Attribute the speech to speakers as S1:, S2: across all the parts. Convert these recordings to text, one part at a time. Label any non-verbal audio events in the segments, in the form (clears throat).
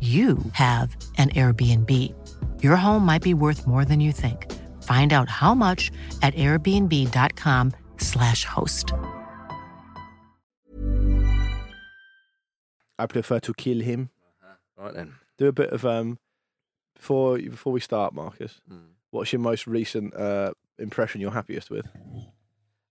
S1: you have an Airbnb. Your home might be worth more than you think. Find out how much at airbnb.com/slash host.
S2: I prefer to kill him.
S3: Uh-huh. Right then.
S2: Do a bit of um before before we start, Marcus.
S3: Hmm.
S2: What's your most recent uh, impression you're happiest with?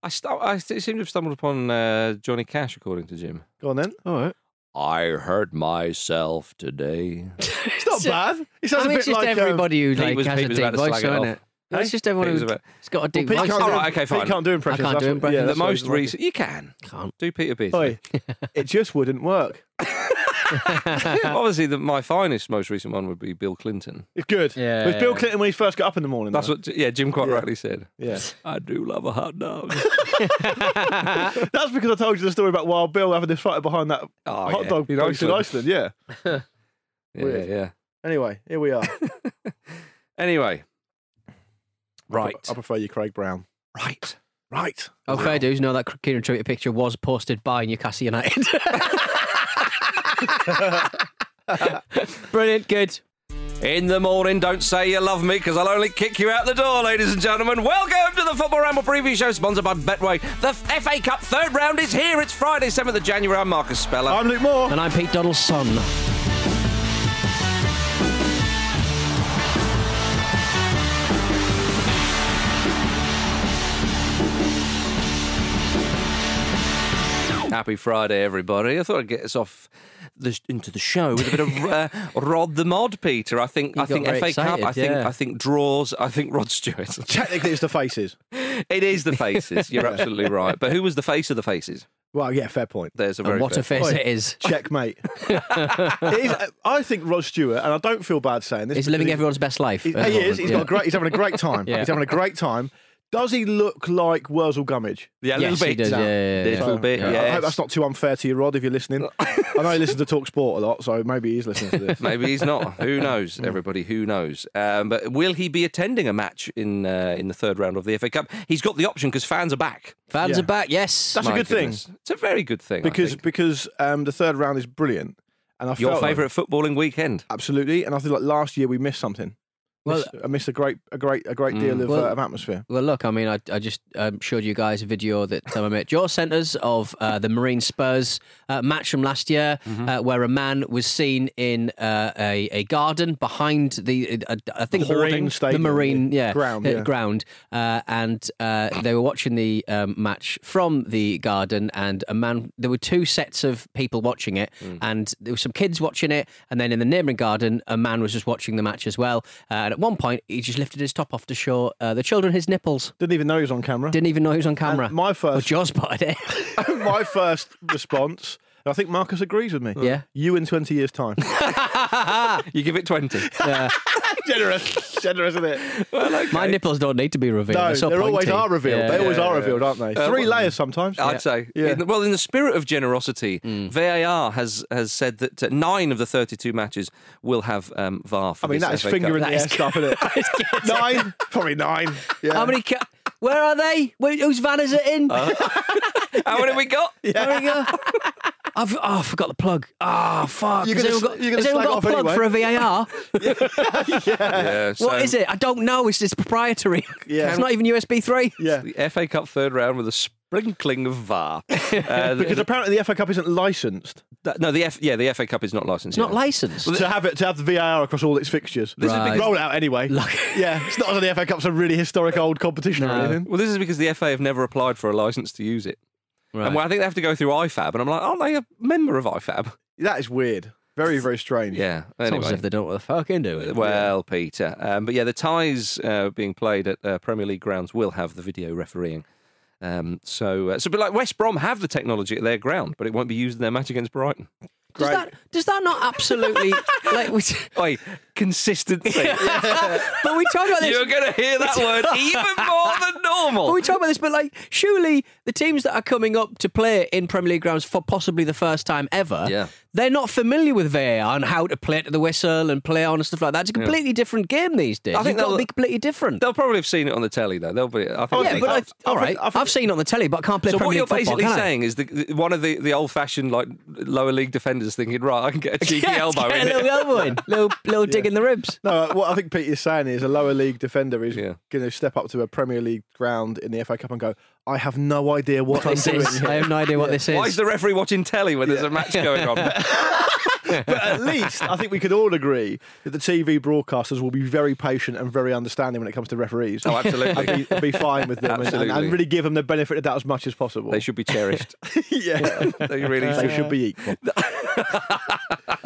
S3: I, stu- I st- seem to have stumbled upon uh, Johnny Cash, according to Jim.
S2: Go on then.
S4: All right.
S3: I hurt myself today.
S2: It's not bad. It sounds
S4: I
S2: a bit
S4: mean, it's just
S2: like um,
S4: everybody who
S3: Pete
S4: like
S3: was-
S4: has
S3: Pete
S4: a
S3: was
S4: deep
S3: about to
S4: voice,
S3: slag it
S4: isn't
S3: off.
S4: it? No, It's
S2: Hey?
S4: just everyone
S3: Pete was
S4: who's
S3: about-
S4: it's got a
S2: Well,
S4: deep
S2: Pete
S4: voice.
S2: can't,
S3: All
S2: do-
S3: right, okay,
S2: Pete
S3: fine.
S2: can't do impressions.
S4: can't
S2: that's
S4: do
S2: what-
S4: impressions.
S2: yeah,
S3: the
S2: that's what he's
S3: most
S2: working.
S3: recent. You can.
S4: Can't.
S3: Do Peter Peter. (laughs)
S2: Oi, it just wouldn't work.
S3: Obviously, the, my finest, most recent one would be Bill Clinton.
S2: Good.
S4: Yeah,
S2: With Bill
S4: yeah.
S2: Clinton when he first got up in the morning.
S3: That's
S2: though.
S3: what, yeah, Jim quite
S2: Yeah.
S3: rightly said.
S4: (laughs)
S2: Yeah.
S3: I do love a hot dog.
S4: Ah.
S2: (laughs)
S4: (laughs)
S2: That's because I told you the story about Wild Bill having this fight behind that
S3: (laughs) Oh,
S2: hot
S3: yeah.
S2: dog
S3: In
S2: place in Iceland.
S3: Iceland.
S2: Yeah.
S3: yeah,
S2: Weird.
S3: yeah.
S2: Anyway, here we are.
S3: (laughs) Anyway, right,
S2: I prefer you, Craig Brown.
S3: right.
S2: Right.
S4: Oh, fair dues. No, that Kieran Trippier picture was posted by Newcastle United. (laughs) Brilliant, good.
S3: In the morning, don't say you love me because I'll only kick you out the door, ladies and gentlemen. Welcome to the Football Ramble preview show sponsored by Betway. The FA Cup third round is here. It's Friday, 7th of January. I'm Marcus Speller.
S2: I'm Luke Moore.
S4: And I'm Pete Donald's son.
S3: Happy Friday, everybody. I thought I'd get us off the, into the show with a bit of uh, Rod the Mod, Peter. I think
S4: You
S3: I
S4: got
S3: think FA
S4: very
S3: Cup.
S4: excited,
S3: I think
S4: yeah.
S3: I think draws. I think Rod Stewart.
S2: Technically, it's the faces.
S3: it is the faces. You're absolutely right. But who was the face of the faces?
S2: Well, yeah, fair point.
S3: There's a very
S4: And what
S3: fair-
S4: a face
S2: Oi.
S4: it is.
S2: Checkmate. (laughs) it is, uh, I think Rod Stewart, and I don't feel bad saying this.
S4: He's
S2: because
S4: living
S2: he-
S4: everyone's best life.
S2: He,
S4: at the
S2: he is.
S4: moment,
S2: He's
S4: yeah.
S2: got a great. He's having a great time.
S4: Yeah.
S2: He's having a great time. Does he look like Wurzel Gummidge?
S3: Yeah, a little
S4: Yes, he
S3: bit.
S4: does, yeah, yeah, yeah.
S3: Little
S4: So,
S3: bit.
S4: yeah.
S3: yes.
S2: I hope that's not too unfair to you, Rod, if you're listening. I know he listens to Talk Sport a lot, so maybe he's listening
S3: (laughs)
S2: to this.
S3: Maybe he's not. Who knows? Everybody, who knows? Um, but will he be attending a match in uh, in the third round of the FA Cup? He's got the option because fans are back.
S4: Fans
S2: Yeah.
S4: are back, yes.
S2: That's a
S3: My
S2: good thing.
S3: goodness. It's a very good thing I
S2: because
S3: think.
S2: because um, the third round is brilliant, and I
S3: your
S2: felt like-
S3: favourite footballing weekend.
S2: absolutely, and I think like last year we missed something.
S4: Well- Mm.
S2: Miss- I missed a great, a great, a great deal of,
S4: Well-
S2: uh, of atmosphere.
S4: Well, look, I mean, I, I just um, showed you guys a video that um, I made. Your centres of uh, the Marine Spurs uh, match from last year,
S2: Mm-hmm.
S4: uh, where a man was seen in uh, a, a garden behind the, uh, I think,
S2: The Marine
S4: Marine-
S2: Stadium,
S4: the Marine
S2: yeah.
S4: yeah,
S2: Ground,
S4: uh,
S2: yeah.
S4: ground, uh, and uh, they were watching the um, match from the garden, and a man. There were two sets of people watching it,
S2: Hmm.
S4: and there were some kids watching it, and then in the neighbouring garden, a man was just watching the match as well. Uh, and at one point, he just lifted his top off to show uh, the children his nipples.
S2: Didn't even know he was on camera.
S4: Didn't even know he was on camera.
S2: my first-
S4: Well, Joe spotted it.
S2: (laughs)
S4: (laughs)
S2: my first response, and I think Marcus agrees with me.
S4: Yeah.
S2: You in 20 years'
S4: (laughs)
S2: time.
S3: You give it 20. (laughs)
S2: generous. Generous, isn't it?
S4: My nipples don't need to be revealed.
S2: No,
S4: they're so
S2: they always
S4: pointy.
S2: are revealed.
S4: Yeah.
S2: they always are revealed, aren't they? Three layers sometimes.
S3: Uh, I'd say.
S2: Yeah. Mm.
S3: In the- well, in the spirit of generosity, VAR has has said that uh, nine of the 32 matches will have um, VAR. For
S2: I mean,
S3: this
S2: that is
S3: FA
S2: finger in
S3: Cup.
S2: the air stuff, isn't
S4: (laughs)
S2: (laughs) it? nine? Probably nine. Yeah. Uh,
S4: How many? Ca- where are they? Where, whose van is it in?
S3: How many Oh,
S2: (laughs)
S3: we got?
S4: There we go. (laughs) I've oh, I forgot the plug. Ah, fuck.
S2: You're
S4: Has
S2: gonna
S4: anyone
S2: sl-
S4: got,
S2: you're gonna
S4: has anyone
S2: slag
S4: got a
S2: off
S4: plug
S2: anyway.
S4: for a
S2: (laughs)
S4: VAR? (laughs)
S3: Yeah, so
S4: What is it? I don't know. It's, it's proprietary.
S2: (laughs) Yeah.
S4: It's not even USB 3.
S2: Yeah.
S3: The FA Cup third round with a sprinkling
S2: (laughs)
S3: of VAR. Uh,
S2: Because apparently the FA Cup isn't licensed
S3: that- no, the F, yeah, the FA Cup is not licensed.
S4: It's not
S3: yeah.
S4: licensed.
S2: to have it to have the VAR across all its fixtures. This
S4: is because-
S2: roll out anyway. Yeah, it's not as E though the FA Cup's a really historic old competition or
S4: No.
S2: anything.
S3: Well, this is because the FA have never applied for a license to use it.
S4: Right.
S3: And well, I think they have to go through IFAB, and I'm like, aren't they a member of IFAB?
S2: That is weird. Very, very strange.
S3: Yeah.
S4: It's almost as
S3: Anyway.
S4: if they don't know what the fuck they're doing.
S3: Well, Peter. Um, but yeah, the ties uh, being played at uh, Premier League grounds will have the video refereeing. Um, so, uh, so, but like West Brom have the technology at their ground, but it won't be used in their match against Brighton.
S4: does that, does that not
S2: (laughs)
S4: absolutely. like, we, (laughs)
S3: Oi, consistency.
S4: but we talked about this.
S3: You're going to hear (laughs) that
S4: (laughs)
S3: word even more than normal.
S4: Well, we talk about this, but like, surely the teams that are coming up to play in Premier League grounds for possibly the first time ever,
S3: Yeah.
S4: they're not familiar with VAR and how to play it to the whistle and play on and stuff like that. It's a completely different game these days.
S3: I think
S4: You've got to
S3: they'll-
S4: be completely different.
S3: They'll probably have seen it on the telly, though. They'll be. I think
S4: Oh, yeah,
S3: they-
S4: but I,
S2: I
S4: all
S2: think-
S4: right,
S2: I think-
S4: I've seen it on the telly, but I can't play
S3: So
S4: Premier
S3: what you're
S4: League football,
S3: basically
S4: can I?
S3: saying is the, the- one of the, the old fashioned like lower league defenders thinking, right, I can
S4: (laughs)
S3: get a cheeky
S4: (laughs) Yeah,
S3: elbow in
S4: get a
S3: it.
S4: little elbow
S3: (laughs)
S4: in, little little dig in the ribs.
S2: No, uh, what I think Pete is saying is a lower league defender is
S3: Yeah.
S2: going to step up to a Premier League ground in the FA Cup and go, I have no idea what I'm
S4: This
S2: doing.
S4: is,
S2: here."
S3: (laughs)
S4: I have no idea what this is.
S3: Why
S4: (laughs)
S3: is the referee watching telly when there's a match going on?
S2: but at least I think we could all agree that the TV broadcasters will be very patient and very understanding when it comes to referees.
S3: Oh, absolutely.
S2: And be, and be fine with them and- and,
S3: Absolutely.
S2: and really give them the benefit of that as much as possible.
S3: they should be cherished.
S2: (laughs) yeah.
S3: they really
S2: they should be equal.
S3: (laughs)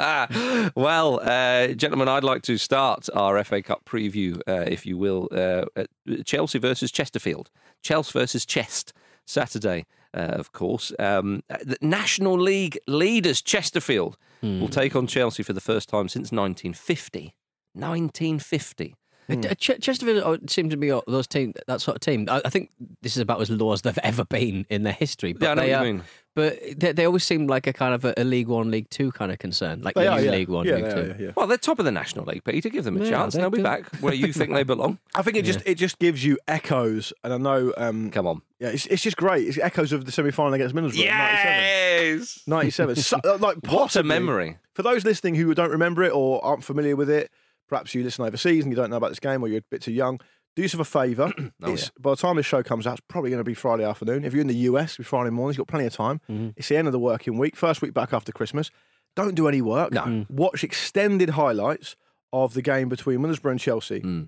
S3: well, uh, gentlemen, I'd like to start our FA Cup preview, uh, if you will. Uh, at Chelsea versus Chesterfield. Chelsea versus Chest. Saturday, uh, of course. Um, the National League leaders, Chesterfield, will take on Chelsea for the first time since 1950. 1950.
S2: Hmm.
S4: Uh, Ch- Chesterfield uh, seem to be all- those team that sort of team. I, I think this is about as low as they've (laughs) ever been in their history. But
S3: Yeah, I know
S4: they
S3: what
S4: are,
S3: you mean.
S4: But they, they always seem like a kind of a, a League One, League Two kind of concern, like
S2: They are,
S4: mini
S2: yeah.
S4: League One,
S2: Yeah,
S4: League
S2: they
S4: Two.
S2: are, yeah, yeah.
S3: Well, they're top of the National League, Peter. Give them a
S4: Yeah,
S3: chance.
S4: they
S3: They'll be
S4: do.
S3: back where you think they belong.
S2: I think it just it just gives you echoes, and I know. Um,
S3: (laughs) Come on.
S2: yeah, it's, it's just great. It's echoes of the semi final against Middlesbrough. in 97.
S3: Yes. (laughs)
S2: 97. So, uh, like,
S3: What a
S2: possibly-
S3: memory.
S2: For those listening who don't remember it or aren't familiar with it, perhaps you listen overseas and you don't know about this game or you're a bit too young, do yourself a
S3: (clears throat)
S2: favour.
S3: Oh,
S2: It's- By the time this show comes out, it's probably going to be Friday afternoon. If you're in the US, it's Friday morning, you've got plenty of time.
S3: Mm-hmm.
S2: It's the end of the working week, first week back after Christmas. Don't do any work. Mm.
S3: No.
S2: Watch extended highlights of the game between Middlesbrough and Chelsea.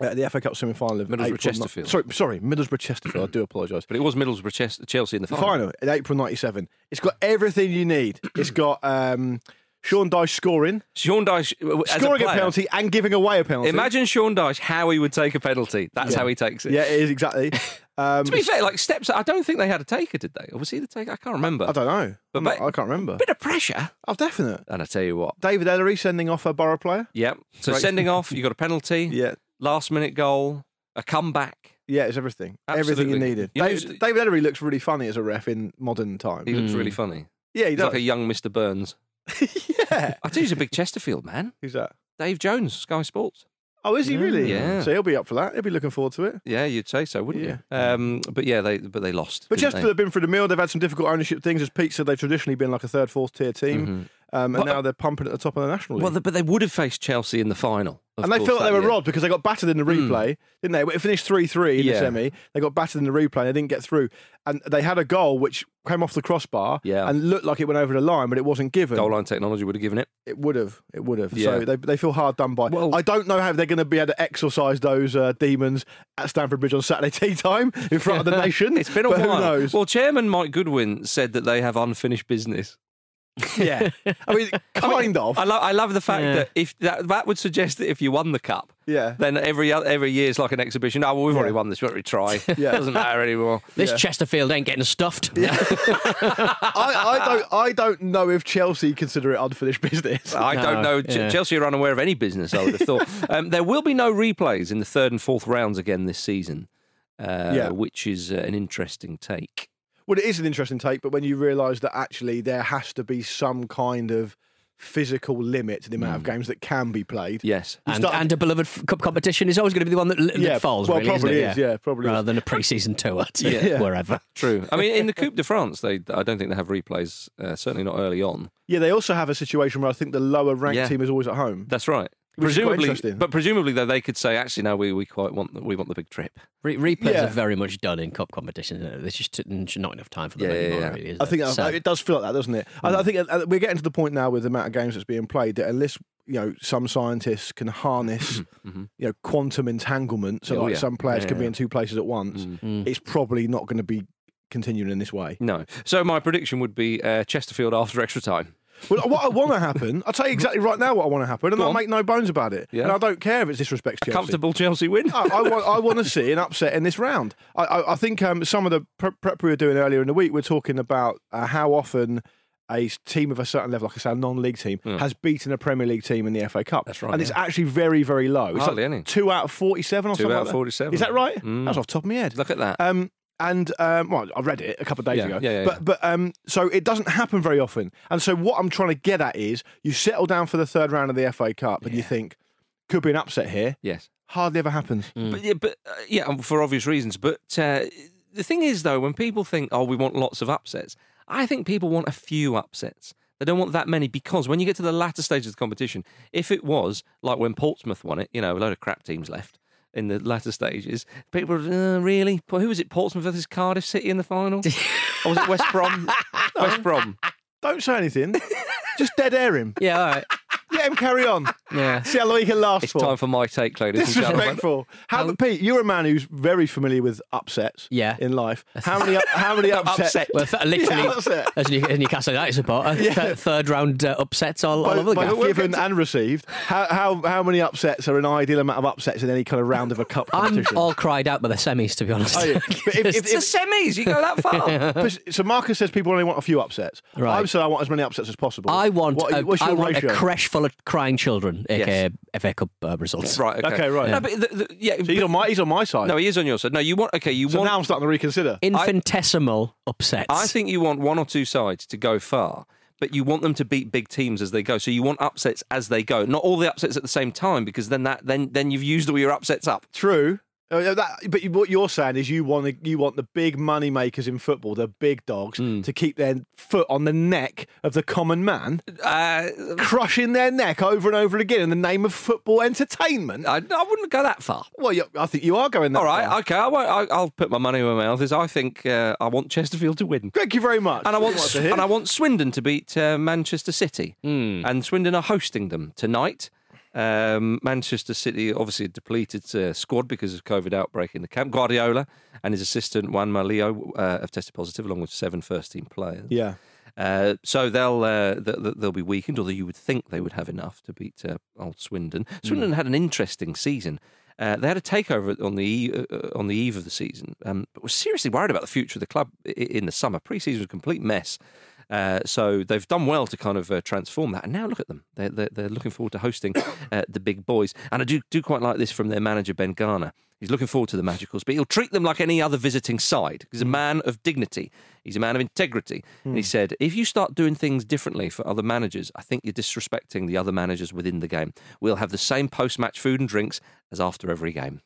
S2: at the FA Cup semi-final of
S3: Mm. Middlesbrough
S2: April ni-
S3: Chesterfield.
S2: Sorry, sorry, Middlesbrough Chesterfield. I do apologise.
S3: But it was Middlesbrough Ches- Chelsea in the
S2: The
S3: final.
S2: final in April '97. It's got everything you need. It's got um, Sean Dyche scoring,
S3: Sean Dyche as a
S2: scoring a,
S3: player,
S2: penalty, and giving away a penalty.
S3: Imagine Sean Dyche how he would take a penalty. That's how he takes it.
S2: Yeah, it is exactly. Um,
S3: (laughs) To be fair, like steps. I don't think they had a taker, did they? Or was he the taker? I can't remember.
S2: I don't know.
S3: But
S2: I'm not-
S3: mate-
S2: I can't remember.
S3: Bit of pressure.
S2: Oh, definite.
S3: And I tell you what.
S2: David Ellery sending off a Borough player.
S3: Yep. So
S2: Great.
S3: sending off, you got a penalty.
S2: (laughs) Yeah,
S3: Last minute goal, a comeback.
S2: yeah, it's everything. Everything
S3: Absolutely.
S2: you needed.
S3: You
S2: David,
S3: lose-
S2: David Ellery looks really funny as a ref in modern
S3: He
S2: times.
S3: looks really funny.
S2: Yeah, Hmm. he
S3: He's
S2: does.
S3: like a young Mr. Burns.
S2: (laughs) yeah.
S3: I tell you, he's a big Chesterfield man.
S2: Who's that?
S3: Dave Jones, Sky Sports.
S2: Oh, is he really?
S3: Yeah.
S2: So he'll be up for that. He'll be looking forward to it.
S3: Yeah, you'd say so, wouldn't
S2: Yeah.
S3: you? Um, but yeah, they but they lost.
S2: But
S3: didn't
S2: Chesterfield have been through the mill. They've had some difficult ownership things. As Pete said, they've traditionally been like a third, fourth tier team. Um, and
S3: Mm-hmm. Well, uh,
S2: now they're pumping at the top of the National League.
S3: Well, but they would have faced Chelsea in the final. of
S2: and they
S3: course,
S2: felt they
S3: that
S2: were
S3: year.
S2: robbed because they got battered in the replay, didn't they? It finished 3 3 in
S3: Yeah.
S2: the semi. They got battered in the replay and they didn't get through. And they had a goal which came off the crossbar
S3: Yeah.
S2: and looked like it went over the line, but it wasn't given.
S3: Goal line technology would have given it.
S2: It would have. It would have.
S3: Yeah.
S2: So they, they feel hard done by.
S3: Well-
S2: I don't know how they're going to be able to exorcise those uh, demons at Stamford Bridge on Saturday (laughs) tea time in front of
S3: (laughs)
S2: the nation.
S3: It's been a
S2: but
S3: while.
S2: Who knows?
S3: Well, Chairman Mike Goodwin said that they have unfinished business.
S2: (laughs) yeah. I mean, kind of.
S3: I, lo- I love the fact
S4: Yeah.
S3: that if that, that would suggest that if you won the cup,
S2: yeah.
S3: then every oth- every year is like an exhibition. Oh, well, we've already
S2: Yeah.
S3: won this. Won't we try?
S2: (laughs) Yeah.
S3: doesn't matter anymore.
S4: This Chesterfield ain't getting stuffed.
S2: I, I don't. I don't know if Chelsea consider it unfinished business.
S4: (laughs)
S3: I don't know. Ch-
S4: yeah.
S3: Chelsea are unaware of any business. I would
S2: (laughs)
S3: have thought um, there will be no replays in the third and fourth rounds again this season. Uh,
S2: Yeah.
S3: which is uh, an interesting take.
S2: (laughs) Well, it is an interesting take, but when you realise that actually there has to be some kind of physical limit to the
S3: Mm.
S2: amount of games that can be played.
S3: Yes.
S2: You
S4: And,
S2: start-
S4: and a beloved f- cup competition is always going to be the one that, that
S2: Yeah,
S4: falls.
S2: well,
S4: really, isn't
S2: probably
S4: it?
S2: is, yeah, probably
S4: rather
S2: is.
S4: than a pre-season tour (laughs) to
S2: Yeah.
S4: wherever.
S3: True. I mean, in the Coupe de France, they I don't think they have replays. Uh, certainly not early on.
S2: Yeah, they also have a situation where I think the lower ranked
S3: Yeah.
S2: team is always at home.
S3: That's right.
S2: Which is quite
S3: Presumably,
S2: interesting.
S3: but presumably though, they could say, actually, no, we, we quite want the, we want the big trip.
S4: Re- replays
S2: Yeah.
S4: are very much done in cup competitions. isn't it? There's just n- not enough time for them
S3: Yeah, yeah,
S4: anymore.
S3: yeah.
S4: Really, is
S2: I think
S4: there?
S2: that,
S4: So-
S2: it does feel like that, doesn't it? I,
S3: Mm.
S2: I think uh, we're getting to the point now with the amount of games that's being played that unless you know some scientists can harness you know quantum entanglement, so
S3: Mm-hmm. Oh,
S2: like
S3: yeah.
S2: some players
S3: Yeah,
S2: can be
S3: yeah. Mm.
S2: in two places at once, it's probably not going to be continuing in this way.
S3: No. So my prediction would be uh, Chesterfield after extra time.
S2: Well, what I want to happen, I'll tell you exactly right now what I want to happen, and
S3: Go
S2: I'll
S3: on.
S2: make no bones about it.
S3: Yeah.
S2: And I don't care if it's disrespect to Chelsea.
S3: Comfortable Chelsea win.
S2: No, I want, I want to see an upset in this round. I, I, I think um, some of the pre- prep we were doing earlier in the week, we're talking about uh, how often a s- team of a certain level, like I say, a non-league team, has beaten a Premier League team in the FA Cup.
S3: That's right,
S2: And it's
S3: yeah.
S2: actually very, very low. It's
S3: Hardly
S2: like
S3: any.
S2: Two out of forty-seven or
S3: Two
S2: something.
S3: out
S2: like
S3: of
S2: that.
S3: 47.
S2: Is that right?
S3: Mm.
S2: That's off the top of my head.
S3: Look at that.
S2: Um, and um, well, I read it a couple of days
S3: Yeah,
S2: ago.
S3: yeah, yeah,
S2: but
S3: yeah.
S2: but um, so it doesn't happen very often. And so what I'm trying to get at is, you settle down for the third round of the FA Cup, and you think could be an upset here.
S3: yes.
S2: Hardly ever happens.
S4: Mm.
S3: But, yeah, but uh, yeah, and for obvious reasons. But uh, the thing is, though, when people think, "Oh, we want lots of upsets," I think people want a few upsets. They don't want that many because when you get to the latter stage of the competition, if it was like when Portsmouth won it, you know, a load of crap teams left in the latter stages, people would, uh, really. But Who was it? Portsmouth versus Cardiff City in the final, or was it West
S2: (laughs)
S3: Brom? West Brom.
S2: Don't say anything. (laughs) Just dead air him.
S4: yeah, all right.
S2: Let him carry
S4: (laughs)
S2: on.
S4: Yeah.
S2: See how long he can last
S3: It's
S2: for.
S3: time for my take, ladies and gentlemen.
S2: Disrespectful. How, Pete, you're a man who's very familiar with upsets.
S4: Um, Yeah.
S2: In life, how many how
S4: (laughs)
S2: many upsets?
S3: Upset.
S4: Well, th- literally,
S2: (laughs) Yeah, that's it.
S4: as a New- as a Newcastle United supporter, th- third round uh, upsets all, all over
S2: Both,
S4: the
S2: both
S4: game.
S2: given and received. How, how how many upsets are an ideal amount of upsets in any kind of round of a cup
S4: (laughs) I'm
S2: competition?
S4: all cried out by the semis, to be honest.
S2: Are you?
S4: (laughs)
S2: But if- if-
S3: It's
S2: (laughs)
S3: the semis. You go that far.
S2: But- so Marcus says people only want a few upsets.
S4: Right.
S2: I've said I want as many upsets as possible.
S4: I want,
S2: What,
S4: a,
S2: what's your
S4: I want
S2: ratio?
S4: a creche full of crying children, aka FA Cup uh, results.
S3: Right. Okay.
S2: Okay, right.
S3: No, but the, the, yeah.
S2: So he's on my he's on my side.
S3: No, he is on your side. No, you want okay. You
S2: so
S3: want.
S2: now I'm starting to reconsider.
S4: Infinitesimal upsets.
S3: I think you want one or two sides to go far, but you want them to beat big teams as they go. So you want upsets as they go, not all the upsets at the same time, because then that then then you've used all your upsets up.
S2: True. Uh, yeah, that- but you- what you're saying is you want to, you want the big money makers in football, the big dogs,
S3: Hmm.
S2: to keep their foot on the neck of the common man,
S3: Uh,
S2: crushing their neck over and over again in the name of football entertainment.
S3: I, I wouldn't go that far.
S2: well, you I think you are going that
S3: All right,
S2: far.
S3: okay. I won't, I, I'll put my money where my mouth is. I think uh, I want Chesterfield to win.
S2: Thank you very much.
S3: And I want
S2: That's what
S3: S-
S2: hear.
S3: and I want Swindon to beat uh, Manchester City. And Swindon are hosting them tonight. Um, Manchester City obviously a depleted uh, squad because of COVID outbreak in the camp. Guardiola and his assistant Juan Malio uh, have tested positive, along with seven first team players.
S2: yeah.
S3: Uh, so they'll uh, th- th- they'll be weakened, although you would think they would have enough to beat uh, old Swindon. Swindon had an interesting season. Uh, they had a takeover on the e- uh, uh, on the eve of the season, um, but were seriously worried about the future of the club i- in the summer. Pre-season was a complete mess. Uh, so they've done well to kind of uh, transform that, and now look at them. They're, they're, they're looking forward to hosting uh, the big boys, and I do do quite like this from their manager Ben Garner. He's looking forward to the Magicals, but he'll treat them like any other visiting side. He's a man of dignity. He's a man of integrity. And he said, if you start doing things differently for other managers, I think you're disrespecting the other managers within the game. We'll have the same post match food and drinks as after every game.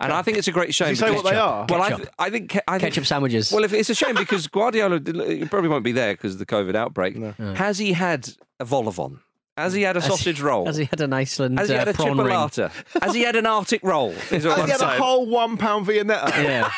S3: And I think it's a great shame.
S2: Does he say
S3: because-
S2: what they are?
S3: Well, I,
S4: Ketchup.
S3: th- I think. ke- I think-
S4: Ketchup sandwiches.
S3: Well, if, it's a shame because Guardiola he probably won't be there because of the COVID outbreak. Has he had a Volavon? Has he had a sausage roll?
S4: Has he had an Iceland
S3: Has he
S4: uh,
S3: had a
S4: prawn ring?
S3: chipolata? Has he had an Arctic roll? Is all
S2: Has
S3: I'm
S2: he had a
S3: saying.
S2: whole one pound Viennetta
S4: Yeah.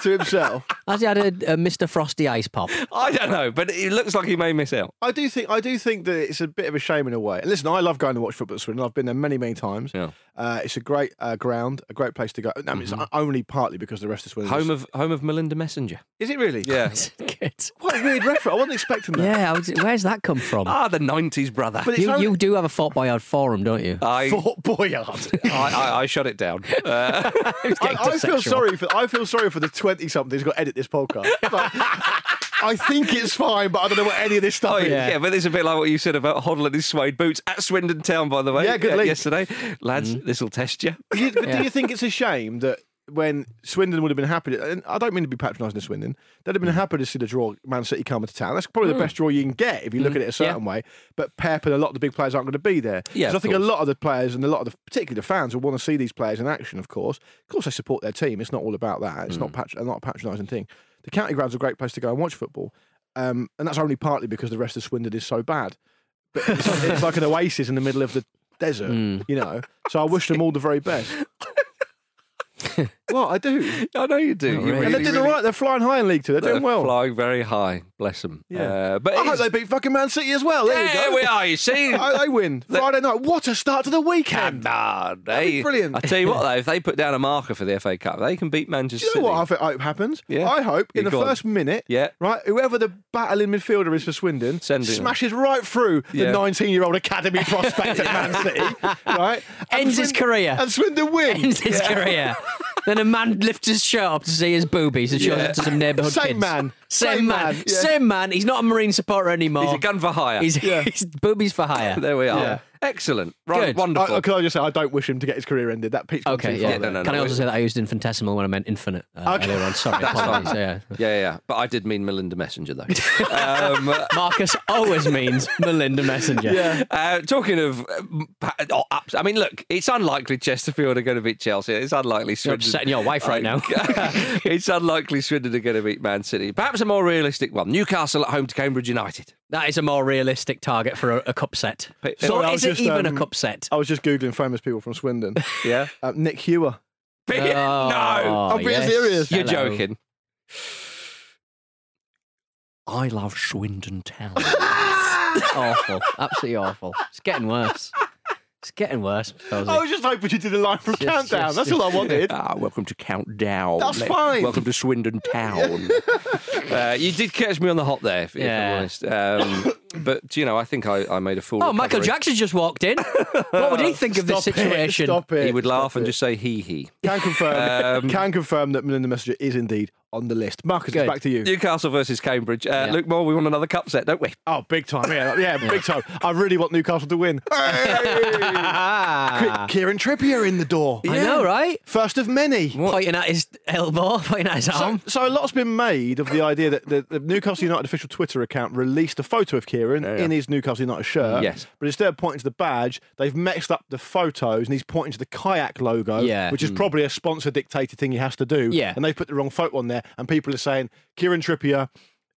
S2: to himself?
S4: Has he had a, a Mr. Frosty ice pop?
S3: I don't know, but it looks like he may miss out.
S2: I do think I do think that it's a bit of a shame in a way. And listen, I love going to watch football at Swindon. I've been there many, many times.
S3: Yeah.
S2: Uh, it's a great uh, ground, a great place to go. No, I mean, it's o- only partly because the rest of Swindon.
S3: Mm-hmm. Home
S2: is,
S3: of home of Melinda Messenger.
S2: is it really? (laughs)
S3: Yeah.
S4: Good.
S2: What a weird reference. I wasn't expecting that.
S4: (laughs) Yeah, I was, where's that
S3: (laughs)
S4: come from?
S3: ah, the nineties brother.
S2: But it's
S4: you,
S2: only- (laughs)
S4: you (laughs) do have a Fort Boyard forum, don't you?
S3: I,
S2: Fort (laughs) Boyard.
S3: I, I, I shut it down. Uh,
S2: I, I feel
S4: sexual.
S2: sorry for I feel sorry for the twenty somethings got to edit this
S4: (laughs)
S2: podcast. Like, I think it's fine, but I don't know what any of this stuff
S3: oh,
S2: is.
S3: yeah. but it's a bit like what you said about Hoddle and his suede boots at Swindon Town, by the way. uh,
S2: Yeah, good link. Mm.
S3: Yesterday, lads, this will test you.
S2: Do you- but do you think it's a shame that when Swindon would have been happy, to, and I don't mean to be patronising to Swindon, they'd
S4: Mm.
S2: have been happy to see the draw Man City coming to town. That's probably the best draw you can get if you
S3: Mm.
S2: look at it a certain way. But Pep and a lot of the big players aren't going to be there.
S3: Yeah,
S2: 'Cause I
S3: of
S2: think a
S3: course.
S2: lot of the players and a lot of the, particularly the fans will want to see these players in action. Of course, of course, they support their team. It's not all about that.
S3: Mm.
S2: It's not pat- not a patronising thing. The county ground's a great place to go and watch football, um, and that's only partly because the rest of Swindon is so bad. But it's, it's like an oasis in the middle of the desert,
S3: Mm.
S2: you know. So I wish them all the very
S3: (laughs)
S2: best. Well, I do.
S3: I know you do. You
S4: really.
S2: and they're doing all right. They're flying high in League Two. They're doing well.
S3: Flying very high, bless them.
S2: Yeah.
S3: Uh, but
S2: I
S3: it
S2: hope
S3: is-
S2: they beat fucking Man City as well. There
S3: there
S2: you go.
S3: we are. You
S2: (laughs)
S3: see,
S2: I hope they win Friday night. What a start to the weekend!
S3: Come on,
S2: be
S3: they-
S2: brilliant.
S3: I tell you what, though, if they put down a marker for the FA Cup, they can beat Manchester
S2: Do you know
S3: City.
S2: what I think- I hope happens?
S3: Yeah.
S2: I hope in
S3: Yeah,
S2: the
S3: go on.
S2: first minute,
S3: Yeah.
S2: right, whoever the battling midfielder is for Swindon
S3: Send it.
S2: smashes right through
S3: Yeah.
S2: the 19-year-old
S3: (laughs)
S2: academy prospect at Man City, right? And
S4: Ends his
S2: Swin-
S4: career.
S2: And Swindon
S4: (laughs)
S2: win.
S4: Ends his career. Then a man lifts his shirt up to see his boobies and shows
S3: Yeah.
S4: it to some neighbourhood
S2: Same
S4: kids.
S2: man.
S4: Same,
S2: Same
S4: man.
S2: man, yeah.
S4: Same man. He's not a Marine supporter anymore.
S3: He's a gun for hire.
S4: He's, (laughs) he's boobies for hire.
S3: (laughs) there we are.
S2: Yeah.
S3: Excellent. Right,
S4: Good.
S3: wonderful.
S2: I, can I just say I don't wish him to get his career ended. That peak's gone
S4: (laughs) Okay,
S2: too
S4: yeah.
S2: far there.
S3: no, no,
S4: Can I
S3: no,
S4: also
S3: we-
S4: say that I used infinitesimal when I meant infinite uh,
S2: Okay.
S4: earlier on? Sorry, apologies. Yeah.
S3: Yeah, yeah, yeah. But I did mean Melinda Messenger, though. (laughs) um,
S4: (laughs) Marcus always means Melinda Messenger.
S2: Yeah.
S3: uh, talking of uh, pa- oh, ups, I mean, look, it's unlikely Chesterfield are going to beat Chelsea. It's unlikely
S4: You're
S3: Swindon.
S4: upsetting your wife right now.
S3: (laughs) it's unlikely Swindon are going to beat Man City. Perhaps a more realistic one: Newcastle at home to Cambridge United.
S4: That is a more realistic target for a, a cup set.
S2: Sorry, I
S4: or
S2: was
S4: is it
S2: just,
S4: even
S2: um,
S4: a cup set?
S2: I was just googling famous people from Swindon.
S3: Yeah.
S2: Uh, Nick Hewer.
S3: no,
S2: I'm being serious.
S3: you're
S4: Oh, Hello.
S3: joking. I love Swindon
S4: (laughs)
S3: Town.
S4: awful. Absolutely awful. It's getting worse. It's getting worse. Posey.
S2: I was just hoping you did a line from
S4: Yes,
S2: Countdown.
S4: yes,
S2: That's
S4: yes.
S2: all I wanted.
S3: Ah, welcome to Countdown.
S2: That's fine.
S3: Welcome to Swindon Town. (laughs) uh, you did catch me on the hot there, if,
S4: Yeah.
S3: if I'm honest. Um, (coughs) but, you know, I think I, I made a fool
S4: Oh,
S3: of
S4: Michael
S3: Coventry.
S4: Jackson's just walked in. What (laughs) would he think of this
S2: Stop it,
S4: situation?
S2: Stop it.
S3: He would laugh
S2: Stop
S3: and
S2: it.
S3: just say hee hee.
S2: Can confirm.
S4: Um,
S2: can confirm that Melinda Messenger is indeed on the list. Marcus,
S4: Good.
S2: it's back to you.
S3: Newcastle versus Cambridge. Uh,
S4: Yeah.
S3: Luke Moore, we want another cup set, don't we?
S2: Oh, big time. Yeah, (laughs) yeah, big time. I really want Newcastle to win. (laughs) Hey!
S4: Ah.
S2: Kieran Trippier in the door.
S4: I know, right?
S2: First of many.
S4: Pointing at his elbow, (laughs) pointing at his
S2: So,
S4: arm.
S2: so a lot's been made of the idea that the, the Newcastle United official Twitter account released a photo of Kieran in his Newcastle United shirt.
S3: Yes.
S2: But instead of pointing to the badge, they've mixed up the photos and he's pointing to the kayak logo,
S4: Yeah. Hmm.
S2: which is probably a sponsor dictated thing he has to do.
S4: Yeah.
S2: And they've put the wrong photo on there and people are saying, Kieran Trippier,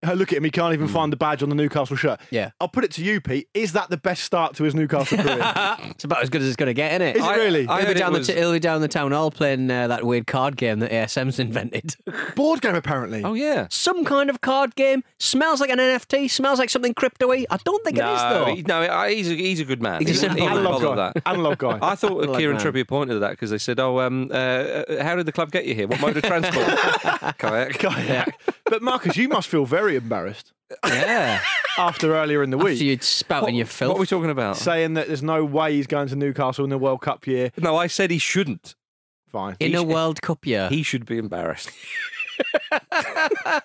S2: oh, look at him, he can't even find the badge on the Newcastle shirt.
S4: Hmm. Yeah.
S2: I'll put it to you, Pete. Is that the best start to his Newcastle career?
S4: (laughs) uh, It's about as good as it's going to get, isn't it?
S2: Is it really?
S3: I
S4: he'll,
S3: heard
S4: be
S3: it
S4: down
S3: was-
S4: the t- he'll be down the town hall playing uh, that weird card game that ASM's invented. (laughs)
S2: Board game, apparently.
S3: Oh, yeah.
S4: Some kind of card game. Smells like an NFT. Smells like something crypto-y. I don't think it is,
S3: no,
S4: though.
S3: he- no I- he's, a, he's a good man.
S4: He's a
S3: He wouldn't- he
S4: simple
S3: wouldn't
S4: man.
S2: Analog
S3: bother
S2: guy.
S3: with that.
S2: Analog
S3: (laughs)
S2: guy.
S3: I
S4: (laughs)
S3: thought
S4: Like
S3: Kieran
S4: man.
S3: Trippier pointed at that because they said, "Oh, um, uh, uh, how did the club get you here? What mode of
S4: (laughs)
S3: transport? Kayak,
S2: Kayak. But Marcus, you must feel very embarrassed
S4: Yeah.
S2: after earlier in the
S4: After
S2: week.
S4: you'd spout in your filth.
S3: What are we talking about?
S2: saying that there's no way he's going to Newcastle in the World Cup year.
S3: No, I said he shouldn't.
S2: Fine.
S4: in a World Cup year.
S3: (laughs) He should be embarrassed.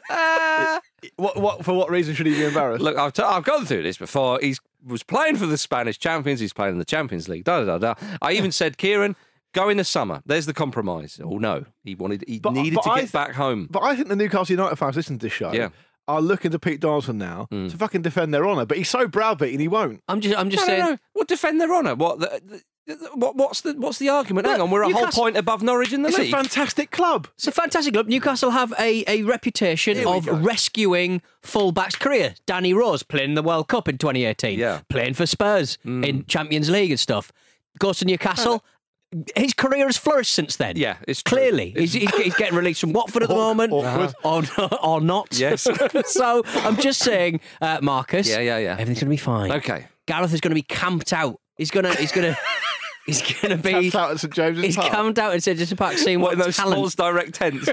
S2: what, what, for what reason should he be embarrassed?
S3: Look, I've, t- I've gone through this before. He's was playing for the Spanish champions. He's playing in the Champions League. Da da da. da. I even said, Kieran, go in the summer. There's the compromise. Oh no, he wanted. He
S2: But- uh,
S3: needed
S2: but
S3: to
S2: I
S3: get
S2: th-
S3: back home.
S2: but I think the Newcastle United fans listening to this show
S3: Yeah. Mm.
S2: are looking to Pete Donaldson now to fucking defend their honour, but he's so browbeating he won't.
S4: I'm just, I'm just
S3: no,
S4: saying.
S3: no, no. What defend their honour? What the, the, What, what's the what's the argument? Hang
S4: Look,
S3: on, we're a
S4: Newcastle-
S3: whole point above Norwich in the
S2: It's a
S3: league.
S2: fantastic club.
S4: It's a fantastic club. Newcastle have a, a reputation
S2: Here we
S4: of
S2: go.
S4: rescuing fullbacks' career. Danny Rose playing in the World Cup in 2018,
S3: Yeah. Mm.
S4: playing for Spurs in Champions League and stuff. Goes to Newcastle. His career has flourished since then.
S3: Yeah, it's true.
S4: clearly he's, he's he's getting released from Watford
S3: (laughs)
S4: at the
S2: Awk-
S4: moment, Uh-huh.
S2: awkward.
S4: or or not.
S3: Yes.
S4: (laughs) so I'm just saying, uh, Marcus.
S3: Yeah, yeah, yeah.
S4: Everything's going to be fine.
S3: Okay.
S4: Gareth is going to be camped out. He's gonna.
S3: (laughs)
S4: He's gonna. he's gonna be.
S2: Camped out at St James's
S4: He's
S2: Park.
S4: camped out and said just apart seeing
S3: What
S4: what,
S3: in those
S4: talent
S3: Spurs direct tents?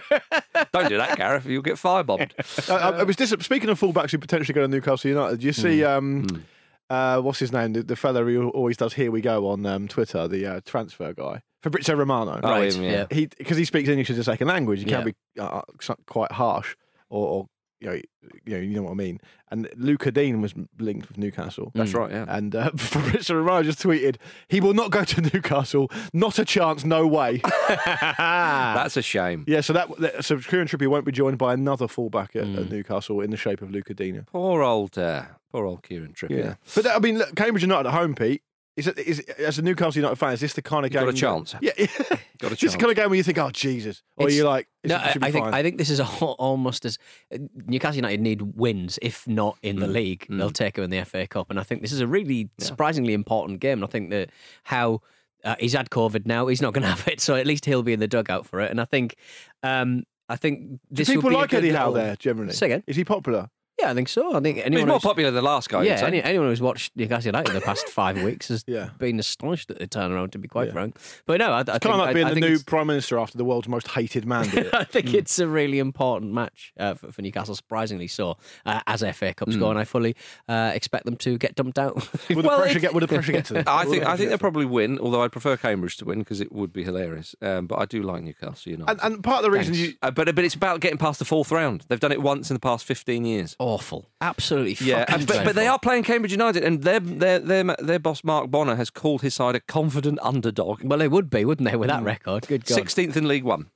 S3: Don't do that, Gareth. You'll get firebombed.
S2: I, I, I Uh, was dis- speaking of fullbacks who potentially go to Newcastle United. You see,
S3: Mm.
S2: um, Uh, what's his name? The, the fella who always does "Here we go" on um, Twitter, the uh, transfer guy, Fabrizio Romano.
S3: Oh, him, yeah.
S4: yeah.
S2: he because he speaks English as a second language, he can
S4: Yeah.
S2: be uh, uh, quite harsh or, or you know you know you know what I mean. And Luca Dean was linked with Newcastle.
S3: That's right, yeah.
S2: And uh, (laughs) Fabrizio Romano just tweeted, "He will not go to Newcastle. Not a chance. No
S3: (laughs)
S2: way."
S3: That's a shame.
S2: yeah, so that, that so Kieran Trippier won't be joined by another fullback at,
S3: Mm.
S2: at Newcastle in the shape of Luca Dina.
S3: Poor old, uh, poor old Kieran Trippier.
S2: but that, I mean, look, Cambridge United at home, Pete. Is, it, is as a Newcastle United fan, is this the kind of
S3: You've
S2: game?
S3: got a
S2: that-
S3: chance.
S2: Yeah, (laughs)
S3: Got a
S2: Just the
S3: chance.
S2: kind of game where you think, "Oh Jesus," or
S4: It's-
S2: you're like,
S4: No, I,
S2: should be
S4: I think
S2: fine.
S4: I think this is (laughs) a, al- almost as Newcastle United need wins, if not in the league, they'll take them in the FA Cup, and I think this is a really surprisingly important game. And I think that how uh, he's had COVID now, he's not going to (laughs) have it, so at least he'll be in the dugout for it. And I think, um, I think
S2: Do
S4: this would
S2: people
S4: be a
S2: like
S4: good
S2: Eddie Howe
S4: little-
S2: there generally?
S4: Say again?
S2: Is he popular?
S4: Yeah, I think so. I think
S3: He's
S4: anyone
S3: more
S4: who's-
S3: popular than the last guy. you'd
S4: yeah,
S3: say.
S4: any, anyone who's watched Newcastle United in the (laughs) past five weeks has
S2: Yeah.
S4: been astonished at the turnaround. To be quite frank, but no, I, I think
S2: Kind of
S4: I-
S2: like being
S4: I
S2: the
S4: think
S2: new
S4: it's-
S2: prime minister after the world's most hated man.
S4: (laughs)
S2: did it.
S4: I think it's a really important match uh, for, for Newcastle, surprisingly so, uh, as FA Cup score, and I fully uh, expect them to get dumped out. (laughs)
S2: Would the
S3: Well,
S2: pressure
S3: it-
S2: get? Would the pressure get to them?
S3: I
S2: Will
S3: think
S2: the
S3: I
S2: pressure
S3: think they'll
S2: get to them?
S3: probably win, although I'd prefer Cambridge to win because it would be hilarious. Um, but I do like Newcastle United.
S2: And, and part of the reason
S3: Thanks.
S2: you
S3: Uh, but but it's about getting past the fourth round. They've done it once in the past fifteen years.
S4: awful, absolutely.
S3: Yeah,
S4: fucking
S3: and- but, but they
S4: dreadful.
S3: are playing Cambridge United, and their their their their boss Mark Bonner has called his side a confident underdog.
S4: Well, they would be, wouldn't they, with that record? Good
S3: (laughs)
S4: God.
S3: Sixteenth in League One.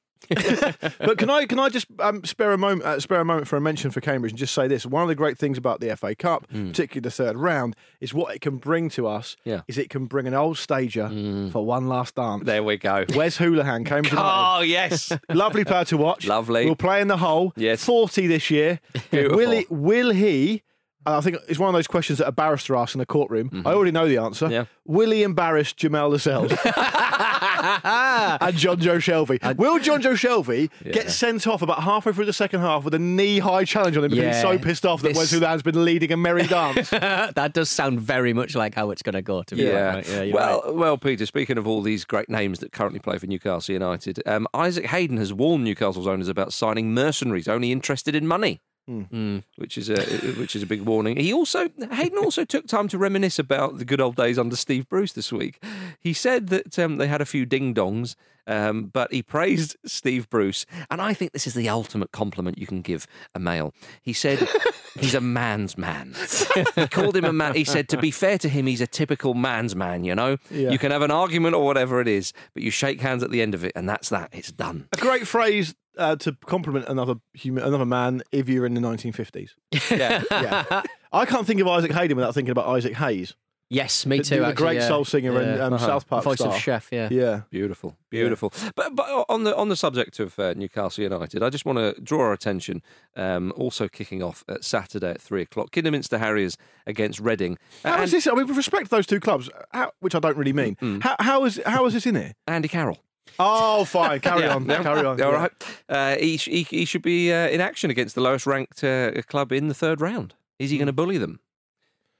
S2: but can I can I just um, spare a moment uh, spare a moment for a mention for Cambridge and just say this? One of the great things about the FA Cup, particularly the third round, is what it can bring to us.
S3: Hmm. Yeah. Hmm.
S2: is it can bring an old stager for one last dance.
S3: There we go.
S2: Where's
S3: (laughs)
S2: Houlihan? Cambridge United.
S3: Oh
S4: (laughs)
S3: yes.
S2: Lovely player to watch.
S3: Lovely.
S2: We'll play in the hole.
S3: Yes.
S2: forty this year.
S3: (laughs) Beautiful.
S2: Will he? Will he? and I think it's one of those questions that a barrister asks in a courtroom. I already know the answer.
S3: Mm-hmm. Yeah.
S2: Will he embarrass Jamel
S3: (laughs)
S2: Lascelles? and John Joe Shelby. Will John Joe Shelby get sent off about halfway through the second half with a knee high challenge on him because he's
S4: Yeah.
S2: so pissed off that
S4: This-
S2: Wes Houlihan's been leading a merry
S4: (laughs)
S2: dance?
S4: (laughs) that does sound very much like how it's going to go, to be
S3: Yeah.
S4: right, mate. Yeah, you're
S3: well,
S4: right.
S3: well, Peter. Speaking of all these great names that currently play for Newcastle United, um, Isaac Hayden has warned Newcastle's owners about signing mercenaries only interested in money. Which is a which is a big warning. He also Hayden also (laughs) took time to reminisce about the good old days under Steve Bruce this week. He said that um, they had a few ding dongs, um, but he praised Steve Bruce, and I think this is the ultimate compliment you can give a male. He said (laughs) he's a man's man. (laughs) he called him a man. He said to be fair to him, he's a typical man's man. You know,
S2: Yeah.
S3: you can have an argument or whatever it is, but you shake hands at the end of it, and that's that. It's done.
S2: a great phrase uh, to compliment another human, another man if you're in the 1950s.
S4: (laughs)
S3: Yeah.
S2: Yeah. I can't think of Isaac Hayden without thinking about Isaac Hayes.
S4: yes, me
S2: the-
S4: too.
S2: the
S4: actually,
S2: great
S4: yeah. Uh-huh.
S2: soul singer and, um, South Park
S4: voice
S2: star.
S4: of chef. Yeah,
S2: Yeah.
S3: Beautiful, beautiful. But but on the on the subject of uh, Newcastle United, I just want to draw our attention. Um, also kicking off at Saturday at three o'clock, Kidderminster Harriers against Reading.
S2: How is
S3: And-
S2: this? I mean, with respect to those two clubs, how, which I don't really mean.
S4: Mm-hmm.
S2: How, how is how is this in here?
S4: (laughs)
S3: Andy Carroll.
S2: Oh, fine. Carry on. Carry on.
S3: All
S2: Yeah.
S3: right. Uh, he, sh- he he should be uh, in action against the lowest ranked uh, club in the third round. Is
S2: Hmm.
S3: he going to bully them?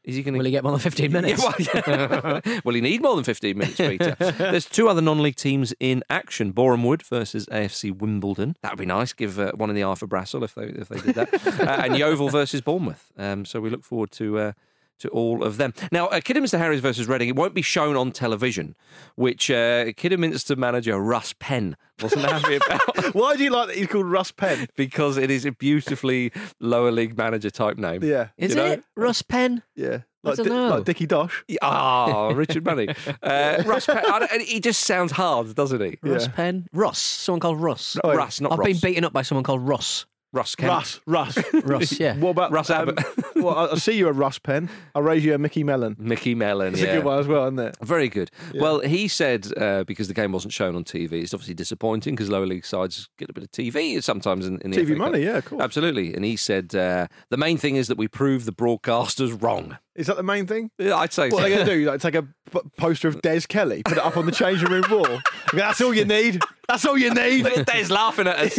S3: Is he going to
S4: will he get more
S3: (laughs)
S4: than fifteen minutes?
S2: (laughs)
S3: Yeah, well, yeah. well, he need more than 15 minutes, Peter. There's two other non-league teams in action: Boreham Wood versus AFC Wimbledon. That would be nice. Give uh, one in the eye for Brassel if they if they did that. uh, and Yeovil versus Bournemouth. Um, so we look forward to. Uh, to all of them. Now, uh, Kidderminster Harriers versus Reading, it won't be shown on television, which uh, Kidderminster manager Russ Penn wasn't happy about
S2: Why do you like that he's called Russ Penn?
S3: because it is a beautifully lower league manager type name.
S2: Yeah.
S4: Is
S3: You know?
S4: it Russ Penn?
S2: Yeah.
S4: I
S2: Like,
S4: don't
S2: Di-
S4: know.
S2: like Dickie Dosh.
S3: Yeah, Ah, Richard Manning. Uh, Russ Pe- I don't- he just sounds hard, doesn't he?
S2: Yeah.
S4: Russ Penn? Russ? Someone called Russ?
S3: No, Russ, not
S4: I've
S3: Ross.
S4: been beaten up by someone called Russ.
S3: Russ Kent.
S2: Russ, Russ,
S4: (laughs) Russ, yeah.
S2: What about um,
S3: Russ Abbott?
S2: well, I, I see you a Russ pen. I raise you a Mickey Mellon.
S3: Mickey Mellon.
S2: It's
S3: yeah.
S2: a good one as well, isn't it?
S3: Very good. Well, he said uh, because the game wasn't shown on TV, it's obviously disappointing because lower league sides get a bit of TV sometimes in, in the
S2: TV
S3: FA Cup.
S2: money, yeah, of course.
S3: absolutely. And he said uh, the main thing is that we prove the broadcasters wrong.
S2: Is that the main thing?
S3: Yeah, I'd say.
S2: What
S3: so.
S2: are they going to do? Like take a p- poster of Des Kelly, put it up on the changing room wall. I mean, that's all you need. That's all you need.
S3: There's laughing at us.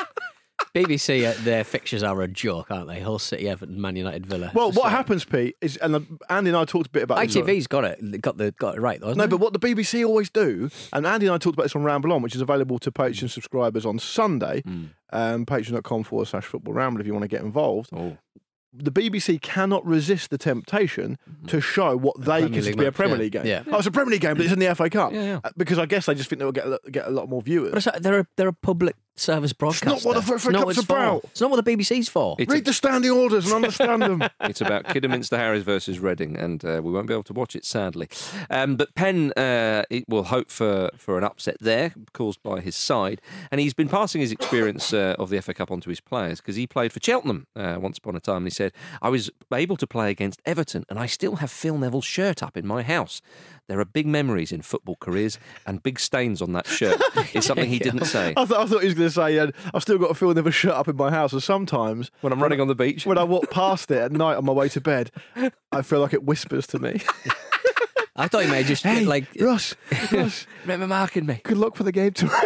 S2: (laughs)
S4: BBC, uh, their fixtures are a joke, aren't they? Hull City, Everton, Man United, Villa.
S2: Well,
S4: It's
S2: what
S4: like-
S2: happens, Pete, is and uh, Andy and I talked a bit about this.
S4: ITV's got it, got the got it right though. hasn't
S2: No,
S4: it?
S2: but what the BBC always do, and Andy and I talked about this on Ramble On, which is available to Patreon subscribers on Sunday, um, patreon.com forward slash football ramble if you want to get involved.
S3: Oh.
S2: The BBC cannot resist the temptation to show what they
S4: Premier
S2: consider
S4: League
S2: to be a
S4: match,
S2: Premier
S4: yeah.
S2: League game.
S4: Yeah.
S2: Oh, it's a Premier League game, but it's in the FA Cup. Uh, Because I guess they just think they'll get a, lo- get a lot more viewers.
S4: But it's like they're a, they're a public service broadcaster.
S2: what the
S4: It's
S2: FA
S4: not
S2: Cup's
S4: what it's
S2: about.
S4: For. It's not what the BBC's for.
S3: It's
S2: Read the standing orders and understand them.
S3: It's about Kidderminster Harriers versus Reading, and uh, we won't be able to watch it sadly. Um, but Penn uh, it will hope for, for an upset there caused by his side, and he's been passing his experience uh, of the FA Cup onto his players because he played for Cheltenham uh, once upon a time. And he said, "I was able to play against Everton, and I still have Phil Neville's shirt up in my house. There are big memories in football careers, and big stains on that shirt." It's something he
S2: (laughs)
S3: didn't say.
S2: I, th- I thought he was going to say, uh, I've still got a feeling of a shirt up in my house, and sometimes
S3: When I'm running on the beach,
S2: when I walk past it at night on my way to bed, I feel like it whispers to me.
S4: I thought you may just
S2: Hey,
S4: like
S2: Russ,
S4: (laughs)
S2: Russ,
S3: remember marking me?
S2: good luck for the game tomorrow.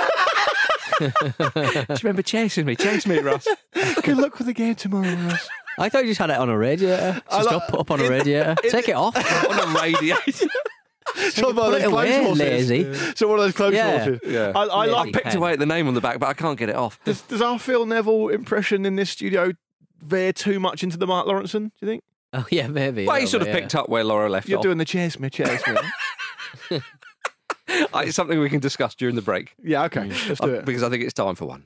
S3: Do you remember chasing me? Chase me, Ross.
S2: good luck for the game tomorrow, (laughs) Russ.
S4: I thought you just had it on a radiator. It's Just
S2: like-
S4: up, up on a radiator. Take it off.
S3: (laughs)
S4: (laughs)
S3: on a radiator.
S2: So one of
S4: Put
S2: those
S4: it away,
S2: clothes horses.
S4: lazy.
S2: So one of those clothes
S4: Yeah.
S2: horses.
S3: Yeah.
S2: I, I
S4: Yeah.
S3: I
S2: like.
S3: picked
S4: pen.
S3: away at the name on the back, but I can't get it off.
S4: (laughs)
S2: Does, does our Phil Neville impression in this studio veer too much into the Mark Lawrenson? Do you think
S4: Oh yeah, maybe.
S3: Well, he sort of picked up where Laura left
S2: you're
S3: off.
S2: doing the chase me, chase
S3: (laughs)
S2: me?
S3: Uh, it's something we can discuss during the break
S2: yeah, okay, let's do
S3: uh,
S2: it.
S3: because I think it's time for one.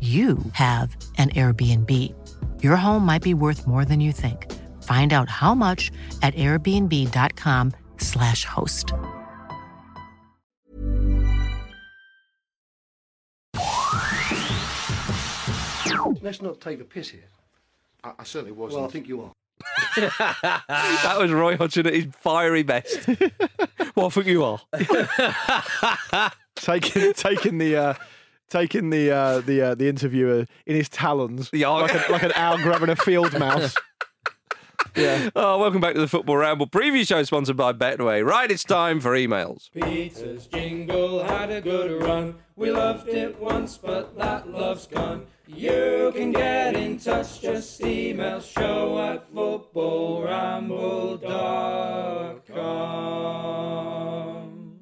S1: you have an Airbnb. Your home might be worth more than you think. Find out how much at airbnb.com/slash host.
S5: Let's not take the piss here. I, I certainly wasn't. Well, I think you are.
S3: That was Roy Hodgson at his fiery
S2: (laughs)
S3: best. well, I think you are. Uh, (laughs)
S2: taking taking the. Uh, Taking the uh, the uh, the interviewer in his talons,
S3: Yeah, I-
S2: like, a, like an owl grabbing a
S3: (laughs)
S2: field mouse. yeah,
S3: Oh, welcome back to the Football Ramble preview show sponsored by Betway. Right, it's time for emails.
S6: Peter's jingle had a good run. We loved it once, but that love's gone. You can get in touch, just email show at footballramble.com.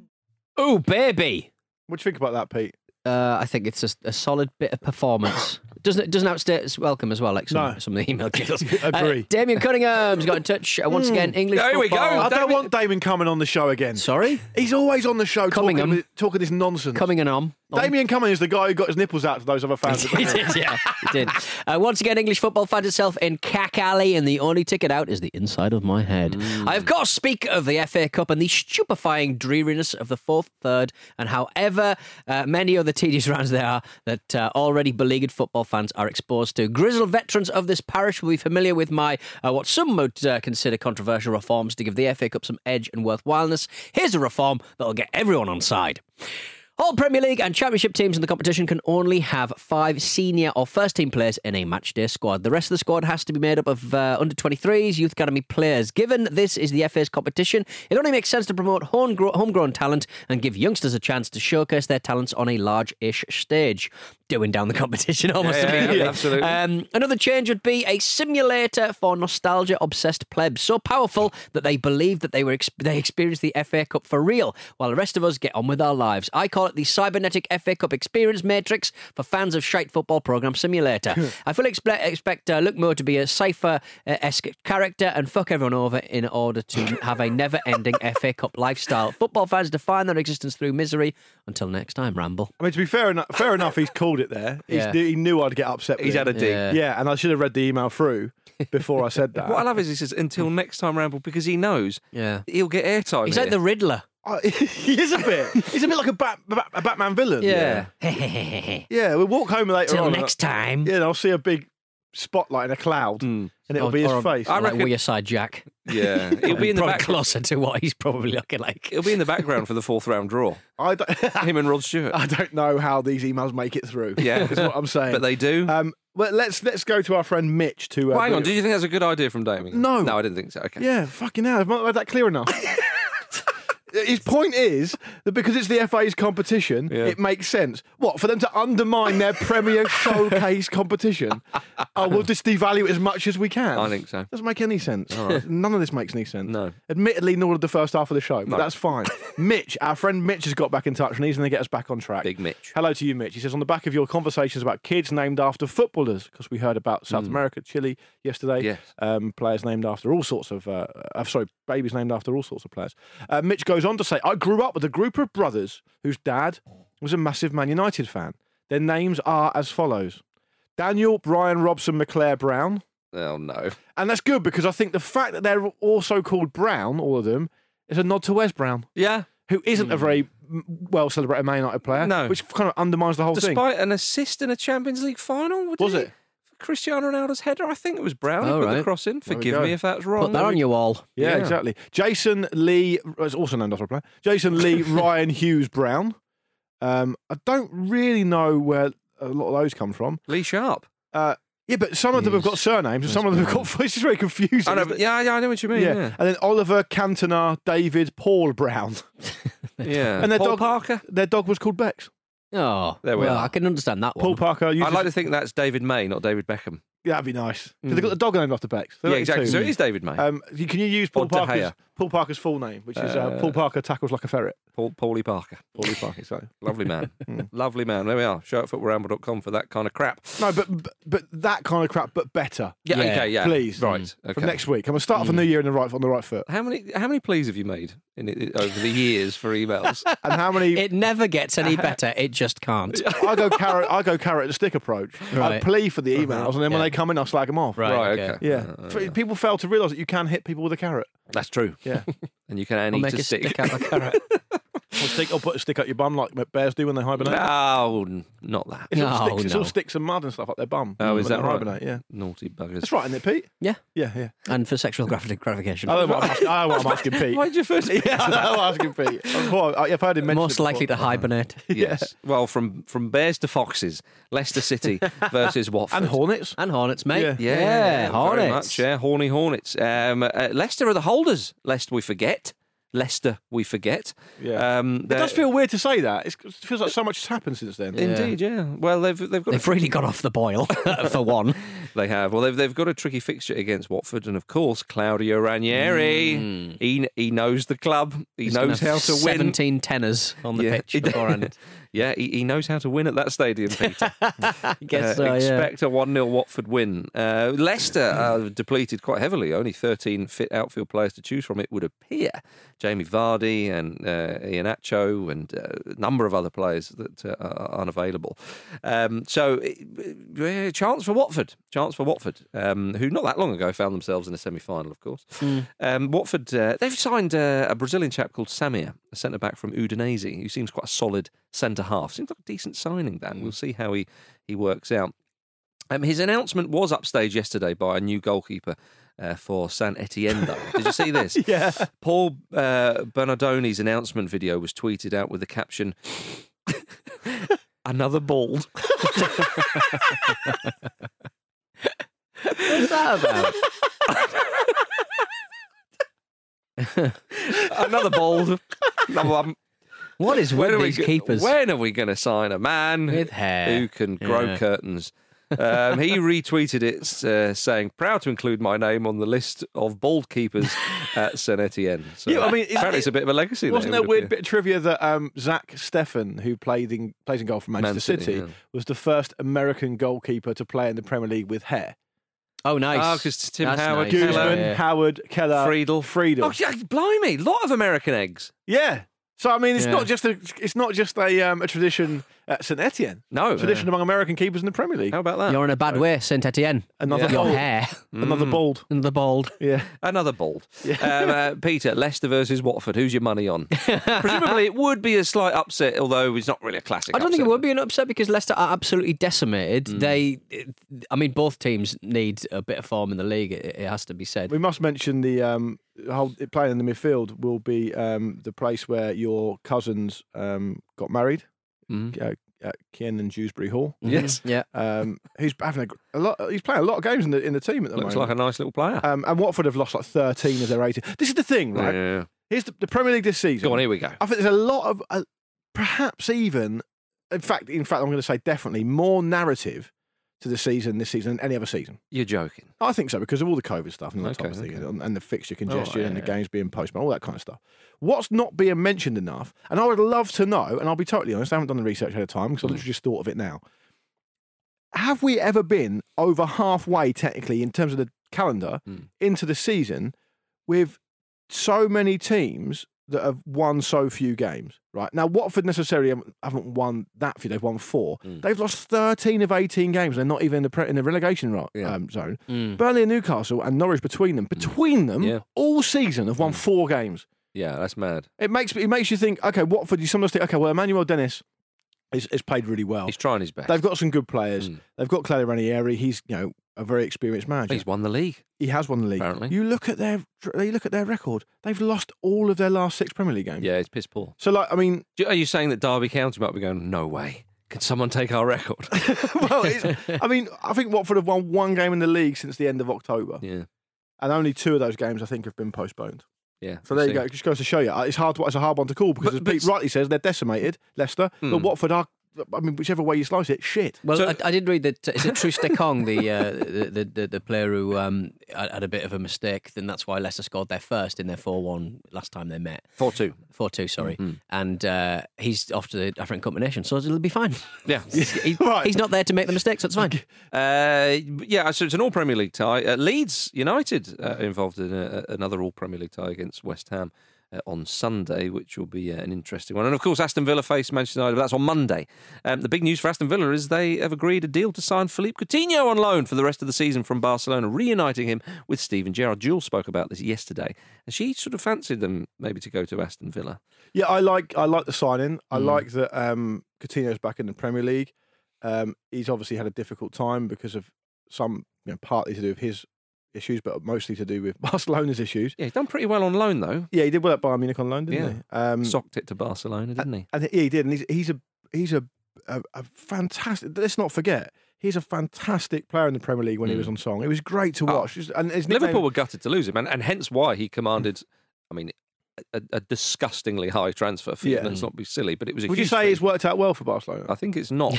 S4: Ooh, baby.
S2: What do you think about that, Pete?
S4: Uh, I think it's a, a solid bit
S2: (laughs)
S4: of performance. Doesn't it doesn't outstay its welcome as well, like some,
S2: No.
S4: some of the email
S2: (laughs)
S4: kids.
S2: Agree. Hmm.
S4: Uh, Damien Cunningham's got in touch uh, once again. English.
S3: There we go.
S4: football.
S2: I
S3: Oh,
S2: don't
S3: David-
S2: want Damien coming on the show again.
S4: Sorry,
S2: He's always on the show talking,
S4: Cummingham.
S2: with- talking this nonsense.
S4: coming and on. on.
S2: Damien Cumming is the guy who got his nipples out to those other fans.
S4: (laughs) he did, yeah, he did. Uh, once again, English football finds itself in cack alley, and the only ticket out is the inside of my head. I, of course, speak of the FA Cup and the stupefying dreariness of the fourth third, and however uh, many other tedious (laughs) rounds there are that uh, already beleaguered football fans are exposed to. Grizzled veterans of this parish will be familiar with my uh, what some would uh, consider controversial reforms to give the FA Cup some edge and worthwhileness. Here's a reform that'll get everyone on side. All Premier League and Championship teams in the competition can only have five senior or first team players in a matchday squad. The rest of the squad has to be made up of uh, under 23s, youth academy players. Given this is the FA's competition, it only makes sense to promote homegro- homegrown talent and give youngsters a chance to showcase their talents on a large ish stage. Doing down the competition (laughs) almost
S3: Yeah, yeah, yeah,
S4: immediately.
S3: absolutely.
S4: Um, another change would be a simulator for nostalgia obsessed plebs, so powerful that they believed that they were ex- they experienced the FA Cup for real, while the rest of us get on with our lives. I call it the cybernetic FA Cup experience matrix for fans of shite football program simulator. I fully expect, expect uh, Luke Moore to be a cipher esque character and fuck everyone over in order to have a never ending FA Cup lifestyle. Football fans define their existence through misery. Until next time, ramble.
S2: I mean, to be fair enough, fair enough, he's called it there. He's,
S4: Yeah.
S2: He knew I'd get upset. with
S3: He's
S2: it.
S3: had a dig.
S4: Yeah.
S2: Yeah, and I should have read the email through before I said that.
S3: (laughs) What I love is he says, until next time, Ramble, because he knows
S4: Yeah.
S3: he'll get airtime.
S4: He's
S3: here.
S4: like the Riddler.
S2: I- (laughs) he is a bit. He's a bit like a, Bat, Bat- a Batman villain.
S4: (laughs)
S2: Yeah, we'll walk home later
S4: Till
S2: on.
S4: next time.
S2: uh, Yeah, and I'll see a big spotlight in a cloud, and it'll
S4: Or-
S2: be his
S4: or a-
S2: face.
S3: Hmm. I
S4: like
S3: reckon-
S4: Weir Side Jack. (laughs)
S3: Yeah. He'll be in the
S4: probably
S3: back.
S4: closer to what he's probably looking like.
S3: He'll be in the background for the fourth round draw.
S2: I don't, (laughs)
S3: Him and Rod Stewart.
S2: I don't know how these emails make it through.
S3: Yeah.
S2: is what I'm saying.
S3: But they do.
S2: Um, well, let's let's go to our friend Mitch. To uh,
S3: Well, hang on,
S2: bring-
S3: did you think that's a good idea from Damien?
S2: No.
S3: No, I didn't think so. Okay.
S2: Yeah, fucking hell. I've not made that clear
S3: (laughs)
S2: enough. His point is that because it's the FA's competition,
S3: Yeah.
S2: it makes sense. What, for them to undermine their Premier Showcase competition? Oh, we'll just devalue it as much as we can.
S3: I think so.
S2: Doesn't make any sense. None of this makes any sense.
S3: No.
S2: Admittedly, nor did the first half of the show, but that's fine. Mitch, our friend Mitch has got back in touch and he's going to get us back on track.
S3: Big Mitch.
S2: Hello to you, Mitch. He says, on the back of your conversations about kids named after footballers, because we heard about South America, Chile yesterday,
S3: Hmm. Yes.
S2: um, players named after all sorts of, uh, uh, sorry, babies named after all sorts of players. Uh, Mitch goes on to say, I grew up with a group of brothers whose dad was a massive Man United fan. Their names are as follows Daniel, Brian, Robson, McClare, Brown.
S3: Oh, no.
S2: And that's good because I think the fact that they're also called Brown, all of them, is a nod to Wes Brown,
S3: Yeah.
S2: who isn't a very well celebrated Man United player.
S3: Hmm. No.
S2: Which kind of undermines the whole thing.
S3: Despite an assist in a Champions League final? what did
S2: Was
S3: he-
S2: it? Oh,
S3: For Cristiano Ronaldo's header, I think it was Brown. who
S4: All
S3: put the
S4: right.
S3: cross in.
S2: There we
S3: Forgive
S2: go.
S3: me if that's wrong.
S4: Put that on your wall.
S2: Yeah,
S3: Yeah.
S2: exactly. Jason Lee is also named after a player. Jason
S3: (laughs)
S2: Lee Ryan Hughes Brown. Um, I don't really know where a lot of those come from.
S3: Lee Sharp.
S2: Uh, yeah, but some of them have got
S4: Yes.
S2: surnames, and some of them have got. It's just very confusing.
S3: I know,
S2: isn't
S3: but-
S2: it?
S3: yeah, yeah, I know what you mean. Yeah.
S2: and then Oliver Cantona, David Paul Brown,
S3: (laughs) Yeah.
S2: and their
S3: Paul
S2: dog
S3: Parker.
S2: Their dog was called Bex.
S4: (laughs) Oh,
S3: There we
S4: well,
S3: are.
S4: I can understand that
S2: Paul
S4: one.
S2: Parker. you
S3: I'd like
S2: just-
S3: to think that's David May, not David Beckham.
S2: Yeah, that'd be nice. 'Cause
S3: Mm.
S2: They've got the dog named after Bex. They
S3: yeah,
S2: like
S3: exactly.
S2: too.
S3: So it is David May.
S2: Um, you- can you use Paul
S3: Or De Gea.
S2: Parker's, Paul Parker's full name, which is uh,
S3: Uh,
S2: Paul Parker tackles like a ferret.
S3: Paul, Paulie Parker.
S2: Paulie Hmm. Parker. So. (laughs)
S3: Lovely man. Lovely man. There we are. Show at footballramble.com for that kind of crap.
S2: No, but, but but that kind of crap, but better.
S3: Yeah,
S4: Yeah, Mm.
S3: okay, yeah.
S2: please. Mm. Hmm.
S3: Right. Okay.
S2: From next week, I'm gonna start off a new year in the right on the right foot.
S3: How many how many pleas have you made in it, over the years
S2: (laughs)
S3: for emails?
S2: And how many?
S4: (laughs) It never
S3: (laughs)
S4: gets any better. It just can't.
S2: I go carrot. I go carrot and stick approach. I
S4: Right. Uh-huh.
S2: plea for the emails, and then when
S4: Yeah.
S2: they come in, I slag them off.
S4: Right. Uh,
S3: Right,
S4: okay.
S3: okay. Uh,
S2: Yeah. F- people fail to realise that you can hit people with a carrot.
S3: That's true.
S4: (laughs)
S2: Yeah.
S3: And you can
S4: I'll
S3: only
S4: make
S3: to
S4: a
S3: stick.
S2: (laughs)
S4: stick, out my carrot.
S3: (laughs)
S2: or stick. Or put a stick up your bum like bears do when they hibernate.
S3: No, n- not that.
S2: It's, all
S4: No,
S2: sticks, it's all
S4: no.
S2: sticks and mud and stuff up their bum.
S3: Oh,
S2: when
S3: is that
S2: they
S3: right?
S2: Hibernate. Yeah.
S3: Naughty buggers.
S2: That's right, isn't it, Pete?
S4: Yeah,
S2: Yeah, yeah.
S4: and for sexual gratific- gratification.
S2: I know
S4: (laughs)
S2: what I'm asking, I know what I'm asking Pete.
S3: Why did you (laughs) first?
S2: Yeah, (laughs) I know what I'm asking Pete.
S4: (laughs)
S2: I thought- I- if I had mentioned
S4: Most
S2: it
S4: likely to
S2: before.
S4: hibernate.
S3: (laughs) Yes. Well, from from bears to foxes, Leicester City versus Watford.
S2: And Hornets.
S4: And Hornets, mate.
S2: Yeah.
S3: Yeah, very
S4: Hornets.
S3: much, yeah, horny Hornets. Um, uh, Leicester are the holders, lest we forget. Leicester, we forget.
S2: Yeah.
S3: Um,
S2: It does feel weird to say that. It's, it feels like so much has happened since then.
S3: Indeed, yeah. Well, they've they've got
S4: They've really got off the boil, (laughs) for one.
S3: They have. Well, they've, they've got a tricky fixture against Watford, and of course, Claudio Ranieri. He, he knows the club. He
S4: He's gonna
S3: knows
S4: have
S3: how to win.
S4: 17 tenors on the
S3: Yeah. (laughs)
S4: pitch beforehand.
S3: yeah, he, he knows how to win at that stadium, Peter.
S4: Guess
S3: Uh,
S4: so, yeah.
S3: expect a 1 0 Watford win. Uh, Leicester are depleted quite heavily. Only 13 fit outfield players to choose from, it would appear. Jamie Vardy and uh, Ian Acho and uh, a number of other players that uh, are unavailable. Um, so, uh, uh, chance for Watford. Chance for Watford, um, who not that long ago found themselves in a semi final, of course. Um, Watford, uh, they've signed uh, a Brazilian chap called Samir, a centre back from Udinese, who seems quite a solid centre half. Seems like a decent signing, that. We'll see how he, he works out. Um, his announcement was upstaged yesterday by a new goalkeeper uh, for San Etienne. though. Did you see this? yeah. Paul uh, Bernardoni's announcement video was tweeted out with the caption, (laughs) "Another bald."
S4: What's that about?
S3: Another bald. Number one.
S4: What is with
S3: are
S4: these
S3: we, go-
S4: keepers?
S3: When are we going to sign a man
S4: With hair.
S3: who can grow
S4: Yeah.
S3: curtains? Um, he retweeted it uh, saying, "Proud to include my name on the list of bald
S4: (laughs)
S3: keepers at Saint Etienne." So
S2: Yeah, I mean, isn't
S3: apparently
S2: it-
S3: it's a bit of a legacy.
S2: Wasn't there
S3: there it
S2: a
S3: would
S2: weird
S3: appear.
S2: bit of trivia that um, Zach Steffen, who played in, plays in goal for Manchester
S3: Man City,
S2: City,
S3: yeah.
S2: was the first American goalkeeper to play in the Premier League with hair?
S4: oh, nice.
S3: Oh, 'cause Tim
S4: That's
S3: Howard,
S4: nice.
S3: Keller.
S2: Guzman,
S4: Yeah.
S2: Howard, Keller,
S3: Friedel.
S2: Friedel.
S3: Oh, yeah, blimey, lot of American eggs.
S2: Yeah. So I mean, it's
S4: Yeah.
S2: not just a it's not just a um, a tradition at St Etienne.
S3: No. uh,
S2: A tradition among American keepers in the Premier League.
S3: How about that?
S4: You're in a bad way, Saint Etienne.
S2: Another
S4: Your
S2: bald.
S4: hair
S3: Mm.
S2: Another bald.
S4: and the bald.
S2: Yeah.
S3: Another bald. Um, uh, Peter, Leicester versus Watford. Who's your money
S4: (laughs)
S3: on? Presumably, it would be a slight upset, although it's not really a classic.
S4: I don't think it
S3: upset.
S4: would be an upset because Leicester are absolutely decimated. They, I mean, both teams need a bit of form in the league. It, it has to be said.
S2: We must mention the um whole playing in the midfield will be um the place where your cousins um got married,
S3: Mhm.
S2: uh, at Kien and Dewsbury Hall.
S3: Yes,
S4: Yeah.
S2: Um, who's having a, gr- a lot? He's playing a lot of games in the in the team at the
S3: looks like a
S2: moment.
S3: nice little player.
S2: um, and Watford have lost like thirteen of their eighteen. This is the thing, right?
S3: Yeah.
S2: Here's the, the Premier League this season.
S3: Go on, here we go.
S2: I think there's a lot of, uh, perhaps even, in fact, in fact, I'm going to say definitely more narrative to the season this season than any other season.
S3: You're joking.
S2: I think so because of all the COVID stuff and all that
S3: Okay,
S2: type of thing,
S3: okay. Oh,
S2: and, and the fixture congestion and the
S3: yeah.
S2: games being postponed, all that kind of stuff. What's not being mentioned enough, and I would love to know, and I'll be totally honest, I haven't done the research ahead of time
S3: Mm.
S2: because I literally just thought of it now. Have we ever been over halfway, technically, in terms of the calendar,
S3: Mm.
S2: into the season with so many teams that have won so few games, right? Now, Watford necessarily haven't- haven't won that few. They've won four.
S3: Mm.
S2: They've lost 13 of 18 games. They're not even in the, pre- in the relegation ro- um, zone. Burnley and Newcastle and Norwich between them, between them,
S3: Mm. Yeah. Mm.
S2: all season have won four games.
S3: Yeah, that's mad.
S2: It makes it makes you think, okay, Watford, you sometimes think, okay, well, Emmanuel Dennis has, has played really well.
S3: He's trying his best. Mm.
S2: They've got some good players. They've got Claudio Ranieri. He's, you know, a very experienced manager
S3: He's won the league.
S2: he has won the league.
S3: Apparently.
S2: You look at their you look at their record. They've lost all of their last six Premier League games.
S3: Yeah, it's piss poor.
S2: So like, I mean, (laughs)
S3: Do- Are you saying that Derby County might be going? No way. Can someone take our record?
S2: well,
S3: (laughs)
S2: it's, I mean, I think Watford have won one game in the league since the end of October,
S3: yeah,
S2: and only two of those games I think have been postponed.
S3: yeah.
S2: So there you
S3: see.
S2: go. It just goes to show you, uh, it's hard. It's a hard one to call because,
S3: But-
S2: as
S3: but- Hmm.
S2: Pete rightly says, they're decimated. Leicester, but Watford are. I mean, whichever way you slice it, shit.
S4: (laughs) Well,
S3: So-
S4: I, I did read that is it Triste Kong, the, uh, the, the the the player who um, had had a bit of a mistake, then that's why Leicester scored their first in their four-one last time they met.
S3: Four two.
S4: Four-two, sorry,
S3: Mm-hmm.
S4: and uh, he's off to the different combination, so it'll
S3: (laughs)
S4: be fine.
S3: (laughs) Yeah.
S4: He-
S2: Right.
S4: He's not there to make the mistakes.
S3: (laughs)
S4: That's fine.
S3: Uh, yeah, so it's an all Premier League tie. Uh, Leeds United uh, involved in a, a- another all Premier League tie against West Ham uh, on Sunday, which will be uh, an interesting one. And of course, Aston Villa face Manchester United, but that's on Monday. Um, the big news for Aston Villa is they have agreed a deal to sign Philippe Coutinho on loan for the rest of the season from Barcelona, reuniting him with Steven Gerrard. Jules spoke about this yesterday, and she sort of fancied them maybe to go to Aston Villa.
S2: Yeah, I like I like the signing.
S3: Mm.
S2: I like that um, Coutinho's back in the Premier League. Um, he's obviously had a difficult time because of some, you know, partly to do with his issues, but mostly to do with (laughs) Barcelona's issues.
S3: Yeah, he's done pretty well on loan though.
S2: Yeah, he did well at Bayern Munich on loan, didn't
S3: Yeah.
S2: he? Um,
S3: Socked it to Barcelona, didn't he?
S2: and yeah, he did. And he's he's a he's a, a, a fantastic. Let's not forget, he's a fantastic player in the Premier League when he was on song. It was great to
S3: Mm. Oh.
S2: watch. Just- And his nickname-
S3: Liverpool were gutted to lose him, and, and hence why he commanded. I mean, a, a disgustingly high transfer fee.
S2: Yeah.
S3: Let's not be silly, but it was. A
S2: Would you
S3: huge
S2: say
S3: fee.
S2: it's worked out well for Barcelona?
S3: I think
S2: (laughs)
S3: it's not.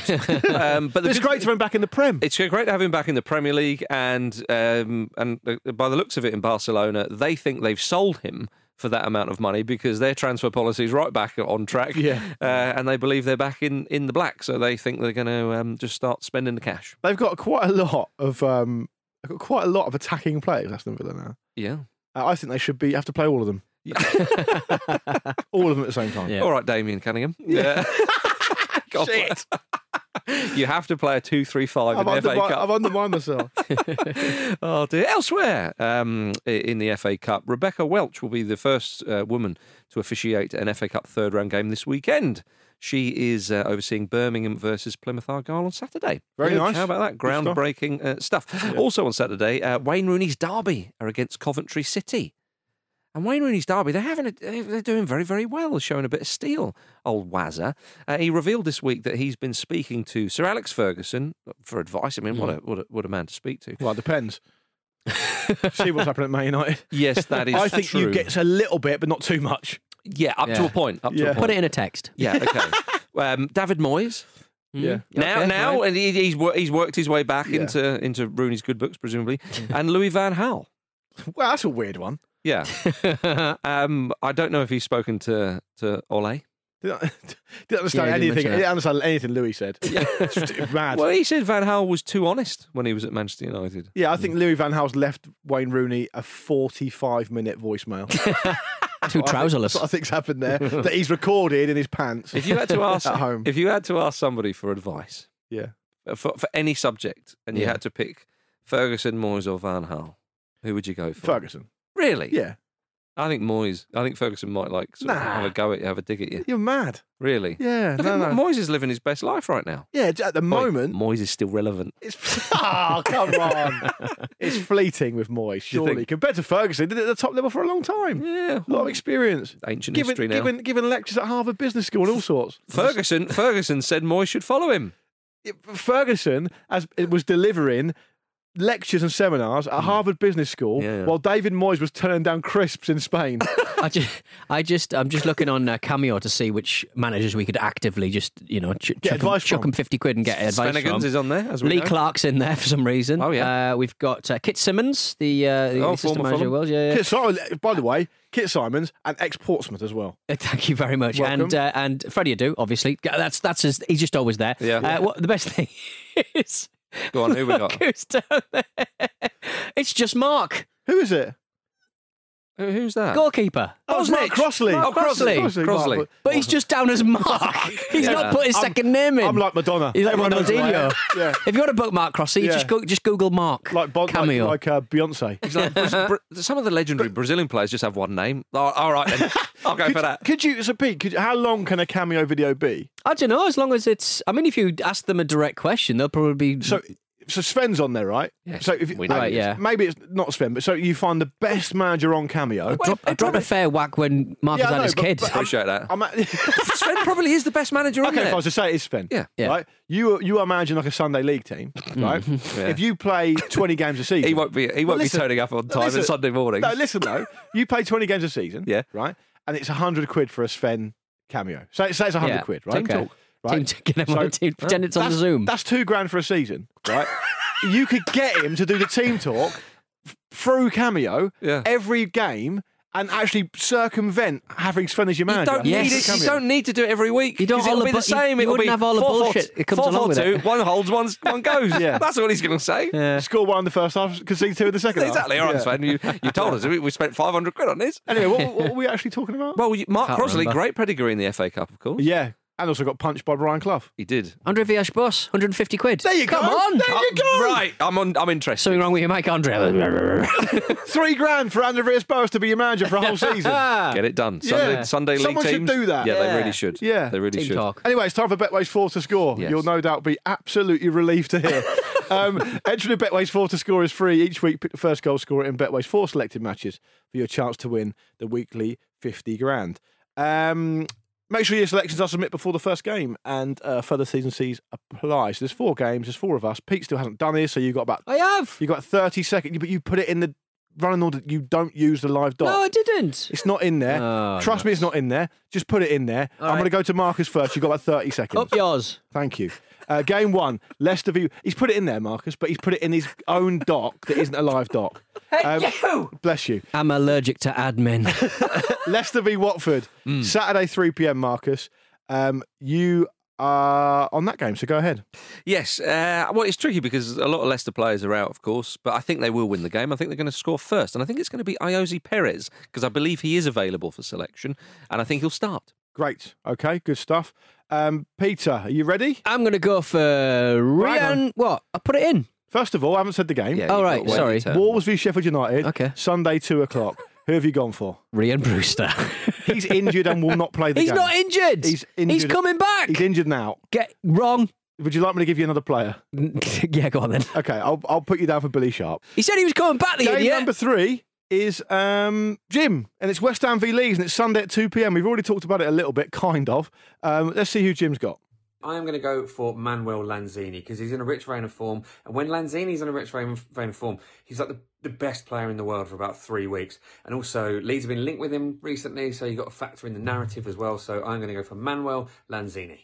S3: um, but the
S2: it's
S3: good-
S2: great to have him back in the Prem.
S3: It's great to have him back in the Premier League, and um, and uh, by the looks of it, in Barcelona, they think they've sold him for that amount of money because their transfer policy is right back on track.
S2: Yeah.
S3: uh, and they believe they're back in in the black, so they think they're going to um, just start spending the cash.
S2: They've got quite a lot of um, they've got quite a lot of attacking players. Aston Villa now.
S3: Yeah.
S2: Uh, I think they should be have to play all of them, (laughs) all of them at the same time.
S4: Yeah.
S3: All right, Damien Cunningham. Yeah. God, (laughs) you have to play a two-three-five
S2: I've,
S3: in the FA
S2: undermined,
S3: Cup.
S2: I've undermined
S3: (laughs)
S2: myself.
S3: Oh dear. Elsewhere um, i- in the FA Cup, Rebecca Welch will be the first uh, woman to officiate an FA Cup third round game this weekend. She is uh, overseeing Birmingham versus Plymouth Argyle on Saturday.
S2: Very nice.
S3: How about that?
S2: Good stuff.
S3: Groundbreaking uh, stuff. Also on Saturday, uh, Wayne Rooney's Derby are against Coventry City. And Wayne Rooney's Derby, they're having a, they're doing very, very well, showing a bit of steel, old Wazza. Uh, he revealed this week that he's been speaking to Sir Alex Ferguson for advice. I mean, what, a, what, a, what a man to speak to.
S2: Mm. well, it
S3: (laughs)
S2: depends. See what's happening at Man United.
S3: Yes, that
S2: (laughs)
S3: is
S2: I think
S3: true.
S2: you get a little bit, but not too much.
S3: yeah up to
S4: Yeah.
S3: a point. Up to
S2: Yeah.
S3: a point.
S4: Put it in a text.
S3: (laughs)
S4: (laughs)
S2: (laughs)
S3: Yeah. Okay. um, David Moyes.
S2: Yeah.
S3: Now,
S4: Okay,
S3: now,
S4: right.
S3: and he, he's wor- he's worked his way back
S2: Yeah. Mm-hmm.
S3: into into Rooney's good books, presumably, and Louis Van Gaal.
S2: Well, that's a weird one. (laughs)
S3: Yeah. um, I don't know if he's spoken to to Ole.
S2: Didn't, didn't understand
S4: Yeah, he didn't
S2: anything.
S4: mention
S2: I didn't understand anything Louis said. (laughs) It's just mad.
S3: Well, he said Van Gaal was too honest when he was at Manchester United.
S2: yeah, I think Louis Van Gaal's left Wayne Rooney a 45 minute voicemail.
S4: Too trouserless.
S2: That's what I think's happened there. that he's recorded in his pants.
S3: If you had to
S2: (laughs)
S3: ask
S2: At home.
S3: if you had to ask somebody for advice
S2: yeah.
S3: uh, for for any subject, and you
S4: Yeah.
S3: had to pick Ferguson, Moyes, or Van Gaal, who would you go for?
S2: Ferguson.
S3: Really?
S2: Yeah.
S3: I think Moyes. I think Ferguson might like sort of
S2: Nah.
S3: have a go at you, have a dig at you.
S2: You're mad.
S3: Really?
S2: Yeah.
S3: Look
S2: No,
S3: at-
S2: no.
S3: Moyes is living his best life right now.
S2: yeah, at the
S3: Wait,
S2: moment.
S3: Moyes is still relevant.
S2: It's (laughs) oh come
S3: (laughs)
S2: on! it's fleeting with Moyes, surely
S3: think?
S2: compared to Ferguson. Did it at the top level for a long time.
S3: Yeah.
S2: a lot of experience.
S3: Ancient
S2: given,
S3: history now.
S2: Given, given lectures at Harvard Business School and all
S3: (laughs)
S2: sorts.
S3: Ferguson. Ferguson said Moyes should follow him.
S2: Ferguson as it was delivering lectures and seminars at Harvard Business School
S3: Hmm. Yeah, yeah.
S2: while David Moyes was turning down crisps in Spain.
S4: I just, I just, I'm just looking on uh, Cameo to see which managers we could actively just, you know, ch- chuck, 'em-
S2: advice
S4: chuck
S2: from.
S4: 'em fifty quid and get advice
S3: Svenigans
S4: from.
S3: is on there. As we
S4: Lee
S3: know.
S4: Clark's in there for some reason.
S3: Oh, yeah.
S4: Uh, we've got uh, Kit Simmons, the, uh, the
S3: Oh,
S4: assistant
S3: former
S4: manager.
S3: Fulham.
S4: of Wales. yeah, yeah.
S2: Kit Simon, by the way, Kit Simons and ex Portsmouth as well.
S4: Uh, (laughs) Thank you very much,
S2: Welcome.
S4: and uh, and Freddie Adu, obviously. G- That's that's his, he's just always there.
S3: Yeah.
S4: Uh, what, the best thing (laughs) is,
S3: Go on, who we got? (laughs)
S4: (laughs) look who's down there. It's just Mark,
S2: Who is it?
S3: Who- Who's that?
S4: goalkeeper.
S2: Oh, it's Mark
S3: Bosnich.
S2: Crossley.
S3: Oh, Crossley.
S2: Crossley.
S3: Crossley.
S2: Mark-
S4: But he's just down
S2: (laughs)
S4: as Mark. He's
S3: Yeah.
S4: not put his second name in.
S2: I'm like Madonna.
S4: He's like
S2: Everyone knows who I am.
S4: (laughs) Ronaldinho.
S2: yeah.
S4: If you want to book Mark Crossley,
S2: Yeah.
S4: just go, just Google Mark.
S2: Like, Bon- like,
S4: cameo.
S2: like uh, Beyonce. (laughs)
S3: He's like, Bra- Bra- some of the legendary Brazilian players just have one name. Oh, all right, (laughs) then. I'll go
S2: could,
S3: for that.
S2: Could you, so Pete, could, how long can a cameo video be?
S4: I don't know. As long as it's, I mean, if you ask them a direct question, they'll probably be.
S2: So, so Sven's on there, right?
S3: Yes,
S2: So if
S3: we know
S4: Right, he is. yeah.
S2: maybe it's not Sven, but so you find the best manager on cameo.
S4: drop, I dropped a fair whack when Mark
S2: Yeah,
S4: was
S2: I
S4: on
S2: know,
S4: his
S2: but-
S4: kid.
S2: but I'm-
S3: Appreciate that.
S2: I'm at, (laughs)
S3: Sven probably is the best manager on
S2: okay, if
S3: there.
S2: I was to say it's Sven.
S3: Yeah. Mm.
S4: Yeah.
S2: Right. You are, you are managing like a Sunday league team, right?
S3: (laughs)
S2: If you play twenty games a season,
S3: He won't be- he won't be turning up on time on Sunday mornings.
S2: No, listen
S3: (laughs)
S2: though, you play twenty games a season,
S3: Yeah.
S2: right? And it's hundred quid for a Sven cameo. So say it's hundred
S4: Yeah.
S2: quid, right?
S4: Team talk. Team
S2: Right.
S4: talk, get him on a team, pretend it's on
S2: that's-
S4: Zoom.
S2: That's two grand for a season, right? (laughs) you could get him to do the team talk f- through cameo
S3: Yeah.
S2: every game. And actually circumvent having Sven as your
S3: You
S2: manager.
S3: don't,
S4: Yes.
S3: need it, you
S4: Cameo.
S3: don't need to do it every week.
S4: You don't
S3: 'cause
S4: all
S3: it'll
S4: the
S3: be the
S4: bu- you-
S3: same.
S4: you
S3: it'll
S4: wouldn't
S3: be
S4: have all the
S3: four, four,
S4: bullshit that comes
S3: four,
S4: along
S3: four,
S4: with
S3: two,
S4: it.
S3: One holds, one's, one goes.
S4: (laughs)
S2: Yeah.
S3: That's what he's going to say.
S2: Score one in the first half, concede two in the second
S3: Exactly. All
S2: half.
S3: right,
S2: Yeah.
S3: Sven. You, you told us we, we spent 500 quid on this.
S2: Anyway, what, what were
S3: (laughs)
S2: we actually talking about?
S3: Well, you- Mark
S4: Can't
S3: Crosley,
S4: remember.
S3: great pedigree in the FA Cup, of course.
S2: yeah, and also got punched by Brian Clough.
S3: He did.
S4: Andre Villas Boss, 150 quid.
S2: There you
S4: Come
S2: go.
S4: on.
S2: There you go.
S3: Right. I'm on. I'm interested.
S4: Something wrong with your mic, Andre. (laughs)
S2: Three grand for Andreas Boas to be your manager
S3: (laughs)
S2: for a whole season.
S3: Get it done. Sunday,
S2: Yeah.
S3: Sunday league
S2: Someone should
S3: teams
S2: do that.
S3: Yeah,
S4: Yeah.
S3: they really should.
S2: Yeah.
S3: they really
S4: Team
S3: should.
S4: talk.
S2: Anyway, it's time for Betway's four to score.
S3: Yes.
S2: You'll no doubt be absolutely relieved to hear. um, entry to Betway's four to score is free. Each week, pick the first goal scorer in Betway's four selected matches for your chance to win the weekly 50 grand. Um, make sure your selections are submitted before the first game and uh, further season C's apply. So there's four games, there's four of us. Pete still hasn't done his, so you've got about
S4: I have.
S2: you got 30 seconds, but you put it in the run an order that you don't use the live dot.
S4: No, I didn't.
S2: It's not in there.
S4: Oh,
S2: Trust me, it's not in there. Just put it in there. I'm
S4: right.
S2: going to go to Marcus first. You've got about 30 seconds.
S4: Up yours.
S2: Thank you. Uh, game one, Leicester view. He's put it in there, Marcus, but he's put it in his own dock that isn't a live dock. Um, Bless you.
S4: I'm allergic to
S2: (laughs)
S4: admin.
S2: Leicester v Watford,
S4: Hmm.
S2: Saturday 3 p.m. Marcus, um, you are on that game, so go ahead.
S3: Yes. Uh, well, it's tricky because a lot of Leicester players are out, of course, but I think they will win the game. I think they're going to score first, and I think it's going to be Iose Perez because I believe he is available for selection, and I think he'll start.
S2: Great. Okay. Good stuff. Um, Peter, are you ready?
S4: I'm going to go for Ryan. What? I put it in.
S2: First of all, I haven't said the game.
S3: Yeah,
S4: All
S3: you've
S4: right,
S3: got to wait
S4: sorry.
S3: your turn.
S2: Wolves v Sheffield United.
S4: Okay.
S2: Sunday, two o'clock. Who have you gone for?
S4: Ryan Brewster.
S2: (laughs) He's
S4: (laughs)
S2: injured and will not play the
S4: He's
S2: game.
S4: not injured.
S2: He's injured.
S4: He's coming back.
S2: He's injured now.
S4: Get wrong. (laughs)
S2: Would you like me to give you another player?
S4: yeah, go on then.
S2: Okay, I'll, I'll put you down for Billy Sharp.
S4: He said he was coming back. The
S2: Game
S4: idiot.
S2: number three is um, Jim, and it's West Ham v Leeds, and it's Sunday at 2 p.m. We've already talked about it a little bit, kind of. Um, let's see who Jim's got.
S7: I am going to go for Manuel Lanzini because he's in a rich vein of form. And when Lanzini's in a rich vein, vein of form, he's like the, the best player in the world for about three weeks. And also, Leeds have been linked with him recently, so you've got to factor in the narrative as well. So I'm going to go for Manuel Lanzini.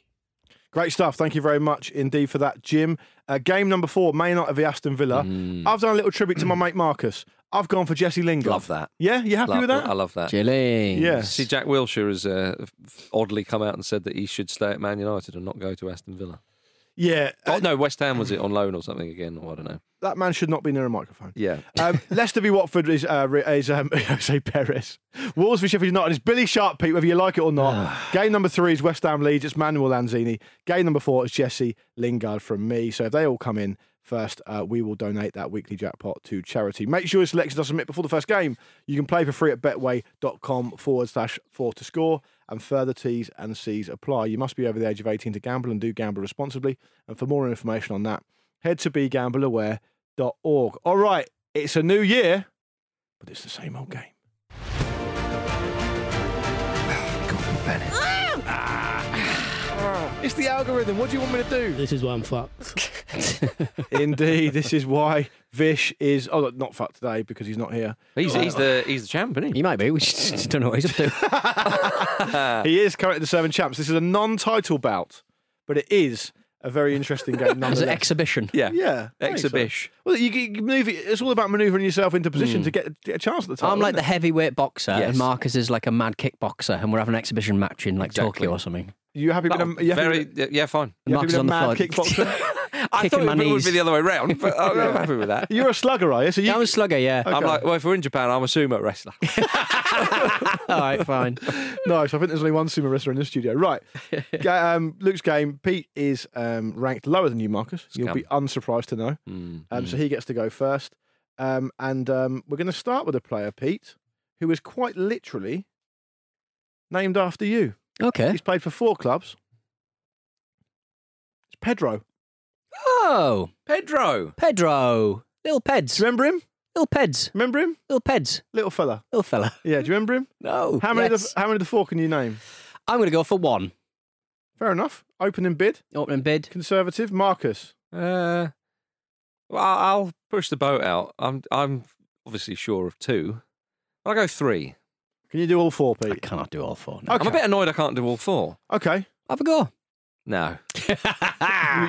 S2: Great stuff. Thank you very much indeed for that, Jim. Uh, game number four, May night of the Aston Villa. I've done a little tribute to my mate Marcus. I've gone for Jesse Lingard.
S3: Love that.
S2: Yeah, you happy
S3: Love-
S2: with that?
S3: I love that.
S4: Chilling.
S2: Yes.
S3: See, Jack Wilshire has uh, oddly come out and said that he should stay at Man United and not go to Aston Villa.
S2: Yeah.
S3: Oh, no, West Ham was it on loan or something again? Or I don't know.
S2: That man should not be near a microphone.
S3: Yeah.
S2: Um, Leicester v Watford is, uh, re- is um, (laughs) Jose Perez. Wolves v Sheffield United is Billy Sharp, Pete, whether you like it or not. Game number three is West Ham Leeds. It's Manuel Lanzini. Game number four is Jesse Lingard from me. So if they all come in first, uh, we will donate that weekly jackpot to charity. Make sure your selections are submitted before the first game. You can play for free at betway.com forward slash four to score. And further T's and C's apply. You must be over the age of 18 to gamble and do gamble responsibly. And for more information on that, head to begambleaware.org. All right, it's a new year, but it's the same old game. (sighs) Ah. It's the algorithm. What do you want me to do?
S6: This is why I'm fucked. (laughs)
S2: Indeed, this is why Vish is oh look, not fucked today because he's not here.
S3: He's, he's the he's the champ, isn't he?
S4: He might be. We just don't know what he's
S2: (laughs)
S4: up to. Ah.
S2: He is currently the seven champs. This is a non-title bout, but it is a very interesting game
S4: (laughs) As an
S2: nonetheless.
S4: exhibition.
S3: Yeah.
S2: yeah, I think so.
S3: Exhibish.
S2: Well, you, you maneuver. It's all about manoeuvring yourself into position
S3: Hmm.
S2: to get, get a chance at the time.
S4: I'm like the heavyweight boxer,
S3: Yes.
S4: and Marcus is like a mad kickboxer, and we're having an exhibition match in like
S3: Exactly.
S4: Tokyo or something.
S2: You happy with them? You happy
S3: Very
S2: with
S3: Oh, yeah, yeah, fine.
S2: you happy with
S4: Marcus is
S2: a
S4: on the
S2: mad
S4: floor.
S2: kickboxer?
S4: (laughs)
S3: I
S4: Kicking
S3: thought
S4: my
S3: it would
S4: knees.
S3: be the other way round, but (laughs) I'm I'm happy
S2: (laughs)
S3: with that.
S2: You're a slugger, are you? So you, (laughs)
S4: I'm a slugger, yeah.
S3: I'm like, well, if we're in Japan, I'm a sumo wrestler.
S4: (laughs) All right, fine.
S2: no, so I think there's only one sumo wrestler in the studio.
S3: (laughs)
S2: Right. Ga- um, Luke's game, Pete is um, ranked lower than you, Marcus. You'll be unsurprised to know. Um,
S3: Mm-hmm.
S2: so he gets to go first. Um, and um, we're going to start with a player, Pete, who is quite literally named after you.
S4: Okay.
S2: He's played for four clubs. It's Pedro.
S4: Oh,
S3: Pedro.
S4: Pedro. Little peds.
S2: Do you remember him?
S4: Little peds.
S2: Remember him?
S4: Little peds.
S2: Little fella.
S4: Little fella.
S2: Yeah, do you remember him?
S4: No.
S2: How many,
S4: yes.
S2: of, the, how many of the four can you name?
S4: I'm going to go for one.
S2: Fair enough. Opening bid.
S4: Opening bid.
S2: Conservative. Marcus.
S3: Uh, well, I- I'll push the boat out. I'm I'm obviously sure of two. I'll go three.
S2: Can you do all four,
S4: I
S2: Pete?
S4: cannot do all four. No. (laughs)
S2: Okay.
S3: I'm a bit annoyed I can't do all four.
S2: Okay.
S4: Have a go.
S3: No.
S2: you,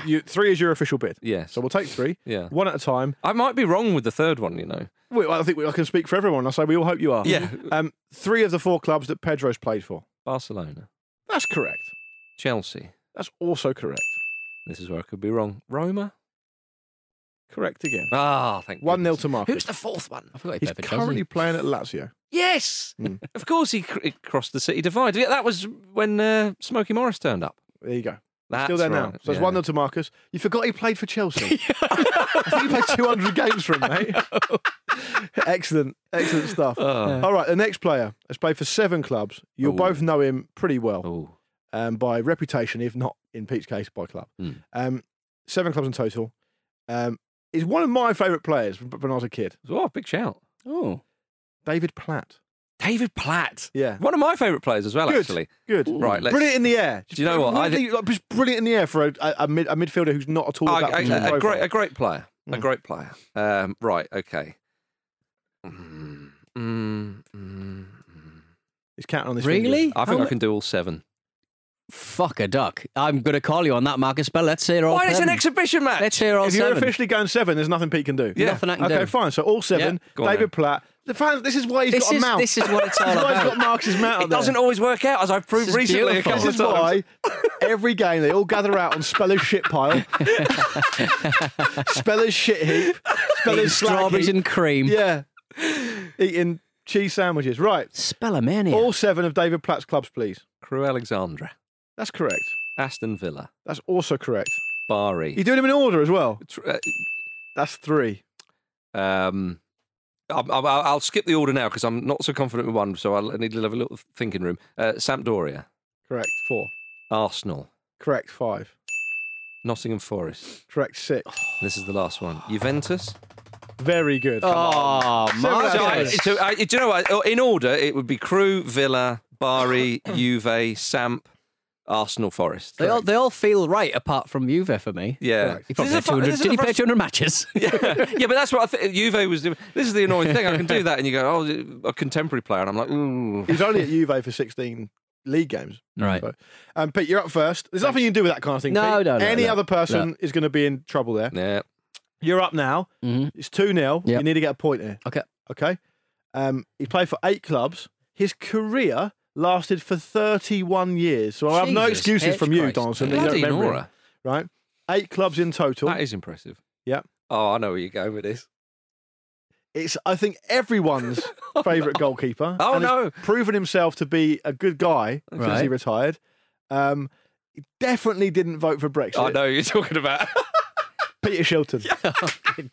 S2: you, three is your official bid.
S3: Ah. Yes.
S2: So we'll take three,
S3: Yeah.
S2: one at a time.
S3: I might be wrong with the third one, you know.
S2: We, I think we, I can speak for everyone. I say we all hope you are.
S3: Yeah.
S2: Um, three of the four clubs that Pedro's played for.
S3: Barcelona,
S2: That's correct.
S3: Chelsea.
S2: That's also correct.
S3: This is where I could be wrong. Roma.
S2: Correct again.
S3: Ah, thank
S2: One nil
S3: goodness.
S2: to Marcus.
S3: Who's the fourth one?
S4: I forgot he
S2: He's
S4: played for Chelsea.
S2: currently playing at Lazio.
S3: Yes,
S2: Mm.
S3: of course he cr- it crossed the city divide. Yeah, that was when uh, Smokey Morris turned up.
S2: There you go.
S3: That's
S2: Still there now.
S3: right.
S2: So it's
S3: Yeah.
S2: one nil to Marcus. You forgot he played for
S3: (laughs)
S2: Chelsea. (laughs) I think he played two hundred games for him, mate. excellent, excellent stuff.
S3: Oh.
S2: All right, the next player has played for seven clubs. You'll
S3: Ooh.
S2: both know him pretty well.
S3: Oh,
S2: um, by reputation, if not in Pete's case, by club.
S3: Mm.
S2: Um, seven clubs in total. Um, is one of my favourite players from when I was a kid,
S3: oh, big shout!
S4: Oh.
S2: David Platt.
S3: David Platt.
S2: Yeah.
S3: one of my favourite players as well.
S2: good,
S3: Actually,
S2: good.
S3: Right, let's-
S2: brilliant in the air.
S3: Do you know what? I
S2: Really, like, just brilliant in the air for a, a, a mid, a midfielder who's not at all.
S3: Oh,
S2: that
S3: a,
S2: position
S3: a- a
S2: profile.
S3: great, a great player, a
S2: Mm.
S3: great player. Um, right, okay. mm.
S2: He's counting on this.
S4: Really?
S3: I think I can do all seven.
S4: Fuck a duck. I'm going to call you on that, Marcus Bell. Let's hear all
S3: Why? It's an
S4: seven.
S3: exhibition match.
S4: Let's hear all
S2: If you're
S4: seven.
S2: officially going seven, there's nothing Pete can do.
S3: Yeah.
S4: Nothing I can
S2: okay,
S4: do.
S2: fine. So all seven.
S3: Go on then.
S2: David Platt. The fans. This is why he's
S4: This
S2: got a
S4: is-
S2: mount.
S4: this is what it's all
S2: This is why He's
S4: about.
S2: got Marcus's mount.
S3: It doesn't always work out, as I've proved
S4: This is
S3: recently a
S4: beautiful.
S3: couple
S2: This
S3: of
S2: is
S3: times.
S2: why every game they all gather out on Speller's shit pile, Speller's shit heap,
S4: Eating
S2: Speller's slag
S4: strawberries
S2: heap.
S4: and cream.
S2: yeah, eating cheese sandwiches. Right,
S4: Spellemania.
S2: all seven of David Platt's clubs, please.
S3: Crew Alexandra,
S2: That's correct.
S3: Aston Villa,
S2: That's also correct.
S3: Bari.
S2: You're doing them in order as well.
S3: Tr- uh,
S2: That's three.
S3: Um, I'll, I'll, I'll skip the order now because I'm not so confident with one, so I'll, I need to have a little thinking room. Uh, Sampdoria,
S2: Correct. Four.
S3: Arsenal,
S2: Correct. Five.
S3: Nottingham Forest.
S2: Correct. Six.
S3: This is the last one. Juventus.
S2: Very good. Come on.
S4: Oh,
S3: So I,
S4: Marcus.
S3: so I- do you know what? Oh, In order, it would be Crew, Villa, Bari, Juve, Samp, Arsenal, Forest.
S4: They all, they all feel right apart from Juve for me.
S3: yeah.
S4: He
S3: This
S4: probably
S3: is a
S4: had
S3: fu-
S4: 200.
S3: this is
S4: Did
S3: a
S4: he play
S3: frust-
S4: 200 matches?
S3: yeah, yeah, but that's what I think. Juve was doing. This is the annoying thing. I can do that, and you go, "Oh, a contemporary player," and I'm like, "Ooh."
S2: He's only at Juve for 16 league games.
S4: Right.
S2: So, um, Pete, you're up first. There's nothing you can do with that kind of thing.
S4: No,
S2: Pete.
S4: no, no,
S2: Any
S4: no.
S2: other person is going to be in trouble there.
S3: (laughs) Yeah.
S2: You're up now.
S4: Mhm.
S3: Mm-hmm.
S2: It's 2 0.
S4: Yep.
S2: You need to get a point here.
S4: Okay.
S2: Okay. Um, he played for eight clubs. His career lasted for 31 years. So I have no
S4: Jesus
S2: excuses
S4: H.
S2: from you,
S4: Christ.
S2: Donaldson. that you
S3: Bloody
S2: don't remember
S3: Nora.
S2: him, Right? Eight clubs in total.
S3: That is impressive.
S2: Yeah.
S3: Oh, I know where you're going with this.
S2: It's, I think,
S3: (laughs)
S2: everyone's favourite goalkeeper.
S3: Oh,
S2: and he's
S3: no.
S2: proven himself to be a good guy since he
S4: Right.
S2: retired. Um, he definitely didn't vote for Brexit.
S3: I know who you're talking about.
S2: Peter Shilton.
S3: (laughs) Oh,
S2: Can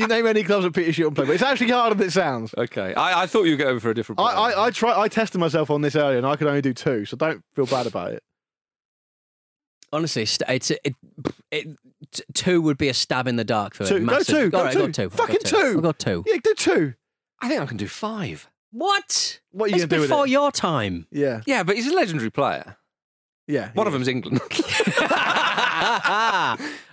S2: you name any clubs that Peter Shilton played? for? It's actually harder than it sounds.
S3: okay. I, I thought you were going for a different.
S2: I,
S3: player.
S2: I, I try. I tested myself on this earlier, and I could only do two, so don't feel bad about it.
S4: (laughs) Honestly, st- it's it, it, t- two would be a stab in the dark for
S2: Two,
S4: me.
S2: go
S4: Massive.
S2: two, go
S4: All right,
S2: two,
S4: I got two. I got
S2: fucking two.
S4: I got two.
S2: Yeah, do two.
S3: I think I can do five.
S4: What?
S2: What are you
S4: it's
S2: gonna do with
S4: before
S2: it?
S4: your time. (laughs)
S2: Yeah,
S3: Yeah, but he's a legendary player.
S2: yeah.
S3: One of them's England.
S4: God,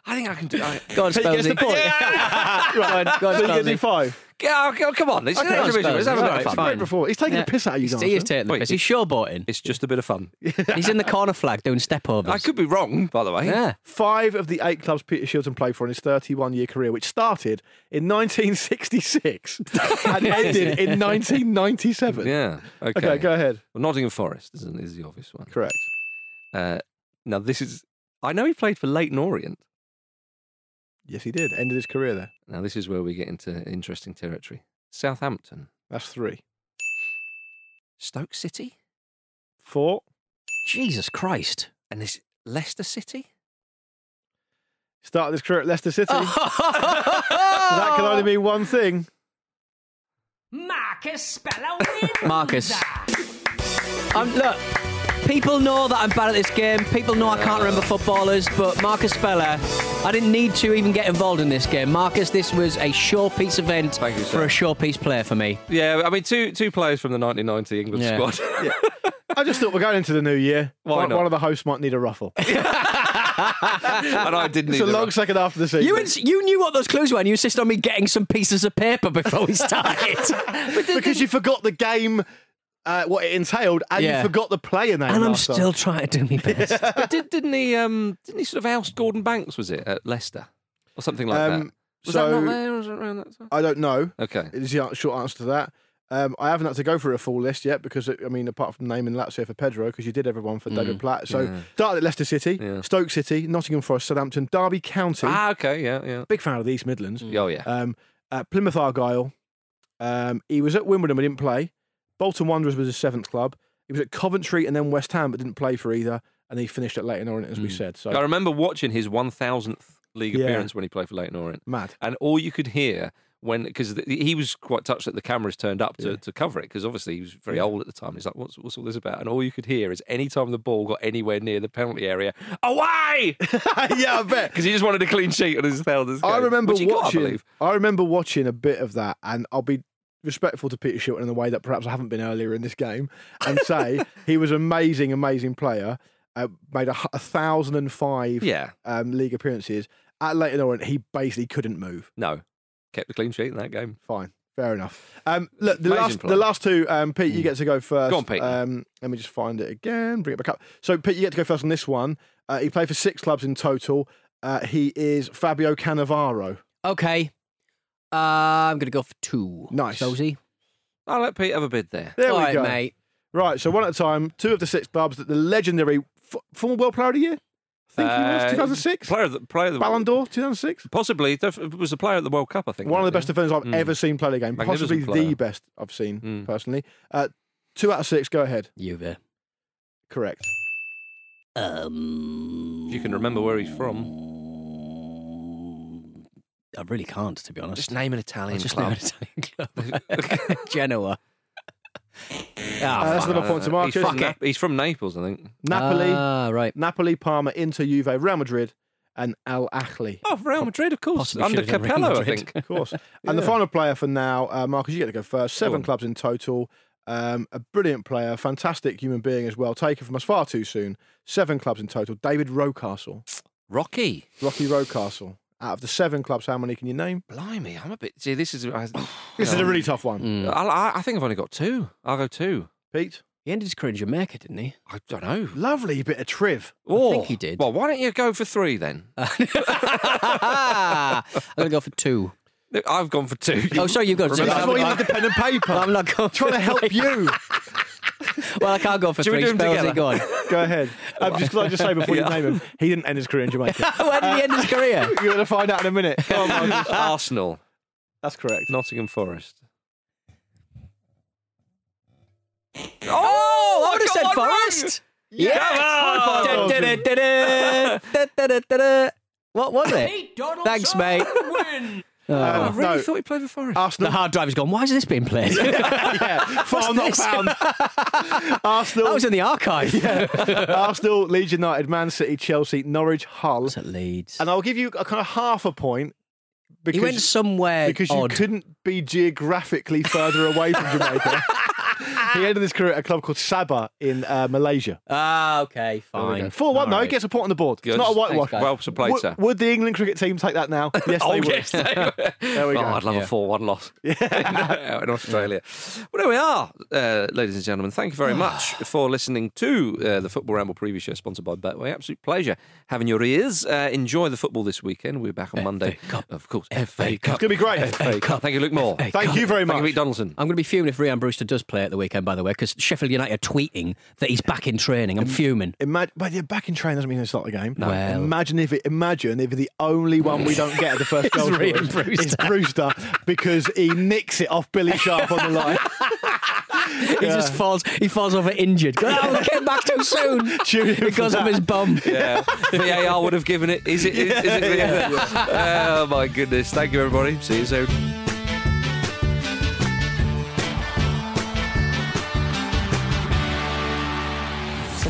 S3: I think I can do. I,
S2: Pete
S3: (laughs)
S2: gets the
S4: Spelsy.
S2: point. Ah,
S4: Ah, Go on, go on,
S2: So you can do
S4: Spelsy.
S2: five.
S3: Yeah, oh, come on, it's an
S4: Okay, I'll
S3: exhibition.
S4: spell
S3: Let's
S4: it.
S3: have a bit
S4: All
S3: of
S4: right,
S3: fun.
S4: fine.
S2: Great before. He's taking
S4: Yeah.
S2: the piss out of you,
S4: He's- He is
S2: Johnson.
S4: taking the
S3: Wait,
S4: piss. He's showboating.
S3: It's just a bit of fun.
S4: (laughs) He's in the corner flag doing step overs.
S3: I could be wrong, by the way.
S4: Yeah.
S2: Five of the eight clubs Peter Shilton played for in his 31 year career, which started in 1966 (laughs) and ended in 1997.
S3: Yeah. Okay.
S2: Okay, go ahead.
S3: Well, Nottingham Forest is, is the obvious one.
S2: Correct.
S3: Uh, now this is. I know he played for Leighton Orient.
S2: Yes, he did. Ended his career there.
S3: Now this is where we get into interesting territory. Southampton,
S2: That's three.
S3: Stoke City,
S2: Four.
S4: Jesus (laughs) Christ.
S3: and this Leicester City.
S2: Started his career at Leicester City.
S4: Oh.
S2: That
S4: that
S2: can (laughs) only mean one thing.
S6: Marcus Speller wins.
S4: Marcus. I'm, look, people know that I'm bad at this game. People know I can't remember footballers, but Marcus Speller, I didn't need to even get involved in this game. Marcus, this was a showpiece event
S3: Thank you,
S4: for
S3: sir.
S4: a showpiece player for me.
S3: Yeah, I mean two two players from the 1990 England
S4: Yeah.
S3: (laughs) squad.
S2: I just thought we're going into the new year.
S3: Why
S2: one,
S3: not?
S2: one of the hosts might need a ruffle.
S3: and (laughs) I didn't.
S2: It's a
S3: either.
S2: long second after the season.
S4: You, ins- you knew what those clues were, and you insisted on me getting some pieces of paper before we started.
S2: because you forgot the game, uh, what it entailed, and
S4: Yeah.
S2: you forgot the player name.
S4: and I'm
S2: last time.
S4: still trying to do my best.
S3: But did, didn't he? Um, didn't he sort of oust Gordon Banks? Was it at Leicester or something like
S2: Um,
S3: that? Was
S2: so-
S3: that not there? or Was it around that time?
S2: I don't know.
S3: Okay.
S2: Is the an- short answer to that? Um, I haven't had to go through a full list yet because it, I mean, apart from naming Lazio for Pedro, because you did everyone for David Platt. So started at Leicester City,
S3: Mm. Yeah.
S2: Stoke City, Nottingham Forest, Southampton, Derby County.
S3: Ah, okay. Yeah, yeah.
S2: Big fan of the East Midlands.
S3: Oh, yeah.
S2: Um, uh, Plymouth Argyle. Um, he was at Wimbledon but didn't play. Bolton Wanderers was his seventh club. He was at Coventry and then West Ham but didn't play for either. And he finished at Leighton Orient, as we said. So
S3: I Hmm. remember watching his 1,000th league
S2: Yeah.
S3: appearance when he played for Leighton Orient.
S2: mad.
S3: And all you could hear when, because he was quite touched that the cameras turned up to, to cover it, because obviously he was very old at the time. He's like, what's, what's all this about? And all you could hear is any time the ball got anywhere near the penalty area, away!
S2: (laughs) yeah, I
S3: (laughs)
S2: bet.
S3: Because he just wanted a clean sheet on his thousandth.
S2: I
S3: game,
S2: remember
S3: which he got, I
S2: watching.
S3: believe.
S2: I, remember watching a bit of that, and I'll be respectful to Peter Shilton in the way that perhaps I haven't been earlier in this game,
S3: (laughs)
S2: and say he was an amazing, amazing player. Uh, made a, hu- a thousand and five
S3: Yeah.
S2: um, league appearances at Leighton Orient. He basically couldn't move.
S3: No. Kept a clean sheet in that game.
S2: Fine, Fair enough. Um, look, the
S3: Amazing
S2: last,
S3: player.
S2: the last two, um, Pete, you get to go first.
S3: Go on, Pete.
S2: Um, let me just find it again. Bring it back up. So, Pete, you get to go first on this one. Uh, he played for six clubs in total. Uh, he is Fabio Cannavaro.
S4: (laughs) Okay. Uh, I'm going to go for two.
S2: Nice.
S4: Sozy.
S3: I'll let Pete have a bid there.
S2: There
S4: All
S2: we
S4: right,
S2: go.
S4: mate.
S2: Right, so one at a time. Two of the six clubs that the legendary f- former World Player of the Year. I think he was
S3: Uh,
S2: 2006.
S3: Player of the player of the
S2: Ballon d'Or 2006.
S3: Possibly Def- it was a player at the World Cup. I think
S2: One of the best
S3: wasn't
S2: defenders I've
S3: Mm.
S2: ever seen play the game. Possibly
S3: Magnificent
S2: the
S3: player.
S2: best I've seen
S3: Mm.
S2: personally. Uh, two out of six. Go ahead.
S4: Juve.
S2: Correct.
S4: Um,
S3: he? If you can remember where he's from.
S4: I really can't, to be honest.
S3: Just name an Italian
S4: I'll just
S3: club. (laughs)
S4: name an Italian (laughs) club. Genoa. Ah,
S2: Uh, that's
S4: fuck.
S2: another point to Marcus.
S3: He's from,
S2: Fuck it.
S3: Na- he's from Naples, I think.
S2: Napoli.
S4: Ah, right.
S2: Napoli, Parma, Inter, Juve, Real Madrid, and Al Ahly.
S3: Oh, Real Madrid, of course.
S4: Possibly
S3: Under
S4: should have been
S3: Capello, I
S4: Real
S3: think.
S2: Of course. And the final player for now, uh, Marcus, you get to go first. Seven
S3: on.
S2: clubs in total. Um, a brilliant player, fantastic human being as well. Taken from us far too soon. Seven clubs in total. David Rocastle,
S3: (laughs) Rocky.
S2: Rocky Rocastle. Out of the seven clubs, how many can you name?
S3: Blimey, I'm a bit. See, this is. I,
S2: This is a really tough one.
S4: Mm.
S3: I'll- I, I think I've only got two. I'll go two.
S2: Pete,
S4: He ended his career in Jamaica, didn't he?
S3: I don't know.
S2: lovely bit of triv.
S4: I think he did.
S3: Oh, Well, why don't you go for three then?
S4: I'm gonna go for two.
S3: Look, I've gone for two.
S4: Oh, sorry, you've got
S3: Remember-
S4: two.
S2: That's why you
S4: I'm-
S2: need the pen and paper.
S4: (laughs) I'm not going
S2: trying
S4: for
S2: to help
S4: (laughs) three.
S2: you.
S4: Well, I can't go for
S3: Should we
S4: three
S3: do 'em
S4: spells.
S3: together?
S4: Go on. (laughs)
S3: (laughs)
S2: Go ahead. Um, just like just say before
S3: Yeah.
S2: you name him, he didn't end his career in Jamaica.
S3: (laughs)
S4: Where did he end
S2: (laughs)
S4: his career?
S2: You're gonna find out in a minute. Go on, Marcus.
S3: (laughs)
S2: Uh,
S3: Arsenal,
S2: That's correct.
S3: Nottingham Forest. Oh,
S4: I would have said
S3: got one wrong!
S4: Forest.
S3: High five, Wilson.
S2: (laughs)
S4: Da-da-da-da-da, da-da-da-da-da. What was it? Thanks, mate.
S2: Um,
S3: I Oh, really
S2: no,
S3: thought he played for Forest.
S4: The
S2: Arsenal.
S4: hard drive has gone. Why is this
S2: (laughs)
S4: being played? (laughs)
S2: yeah, file not
S4: this?
S2: Oh,
S4: (laughs)
S2: found. Arsenal.
S4: That was in the archive.
S2: (laughs) Arsenal, Leeds United, Man City, Chelsea, Norwich, Hull.
S4: was at Leeds.
S2: And I'll give you a kind of half a point because,
S4: he went somewhere
S2: because you
S4: odd.
S2: couldn't be geographically further away from
S4: (laughs)
S2: Jamaica. he ended his career at a club called Sabah in uh, Malaysia.
S4: Ah, okay, fine.
S2: 4 1,
S4: All
S2: though. He
S4: right.
S2: gets a point on the board.
S3: Good.
S2: It's not a whitewash.
S4: Thanks, guys.
S3: Well played,
S2: Would,
S3: sir.
S2: would the England cricket team take that
S3: (laughs)
S2: now? Yes,
S3: oh,
S2: they would. (laughs)
S3: yes, they (laughs) were.
S2: There we
S3: Oh,
S2: go.
S3: I'd love
S4: Yeah.
S3: a 4 1 loss (laughs) in, in Australia. Well, there we are, uh, ladies and gentlemen. Thank you very much for listening to uh, the Football Ramble preview show sponsored by Betway. Absolute pleasure having your ears. Uh, enjoy the football this weekend. We're back on Monday.
S4: Cup.
S3: Of course, FA Cup.
S2: It's going to be great.
S3: Thank you, Luke Moore.
S2: Thank you very
S3: Thank you,
S2: much.
S3: Pete Donaldson.
S4: I'm going to be fuming if Ryan Brewster does play at the weekend, by the way, because Sheffield United are tweeting that he's back in training. I'm fuming.
S2: Imagine, but yeah, back in train doesn't mean it's not the game.
S4: Well-
S2: Imagine if it, imagine if the only one we don't get at the
S4: (laughs)
S2: first goal
S4: Ryan
S2: scorers is
S4: Brewster.
S2: Brewster because he nicks it off Billy Sharp on the line.
S4: He just falls. He falls over injured. Oh, I came back too soon.
S2: (laughs) Tune in
S4: it
S2: for
S4: goes off
S2: that.
S4: his bum.
S3: (laughs) Yeah, VAR would have given it. Is it? Is, is it Oh my goodness! Thank you, everybody. See you soon.
S8: The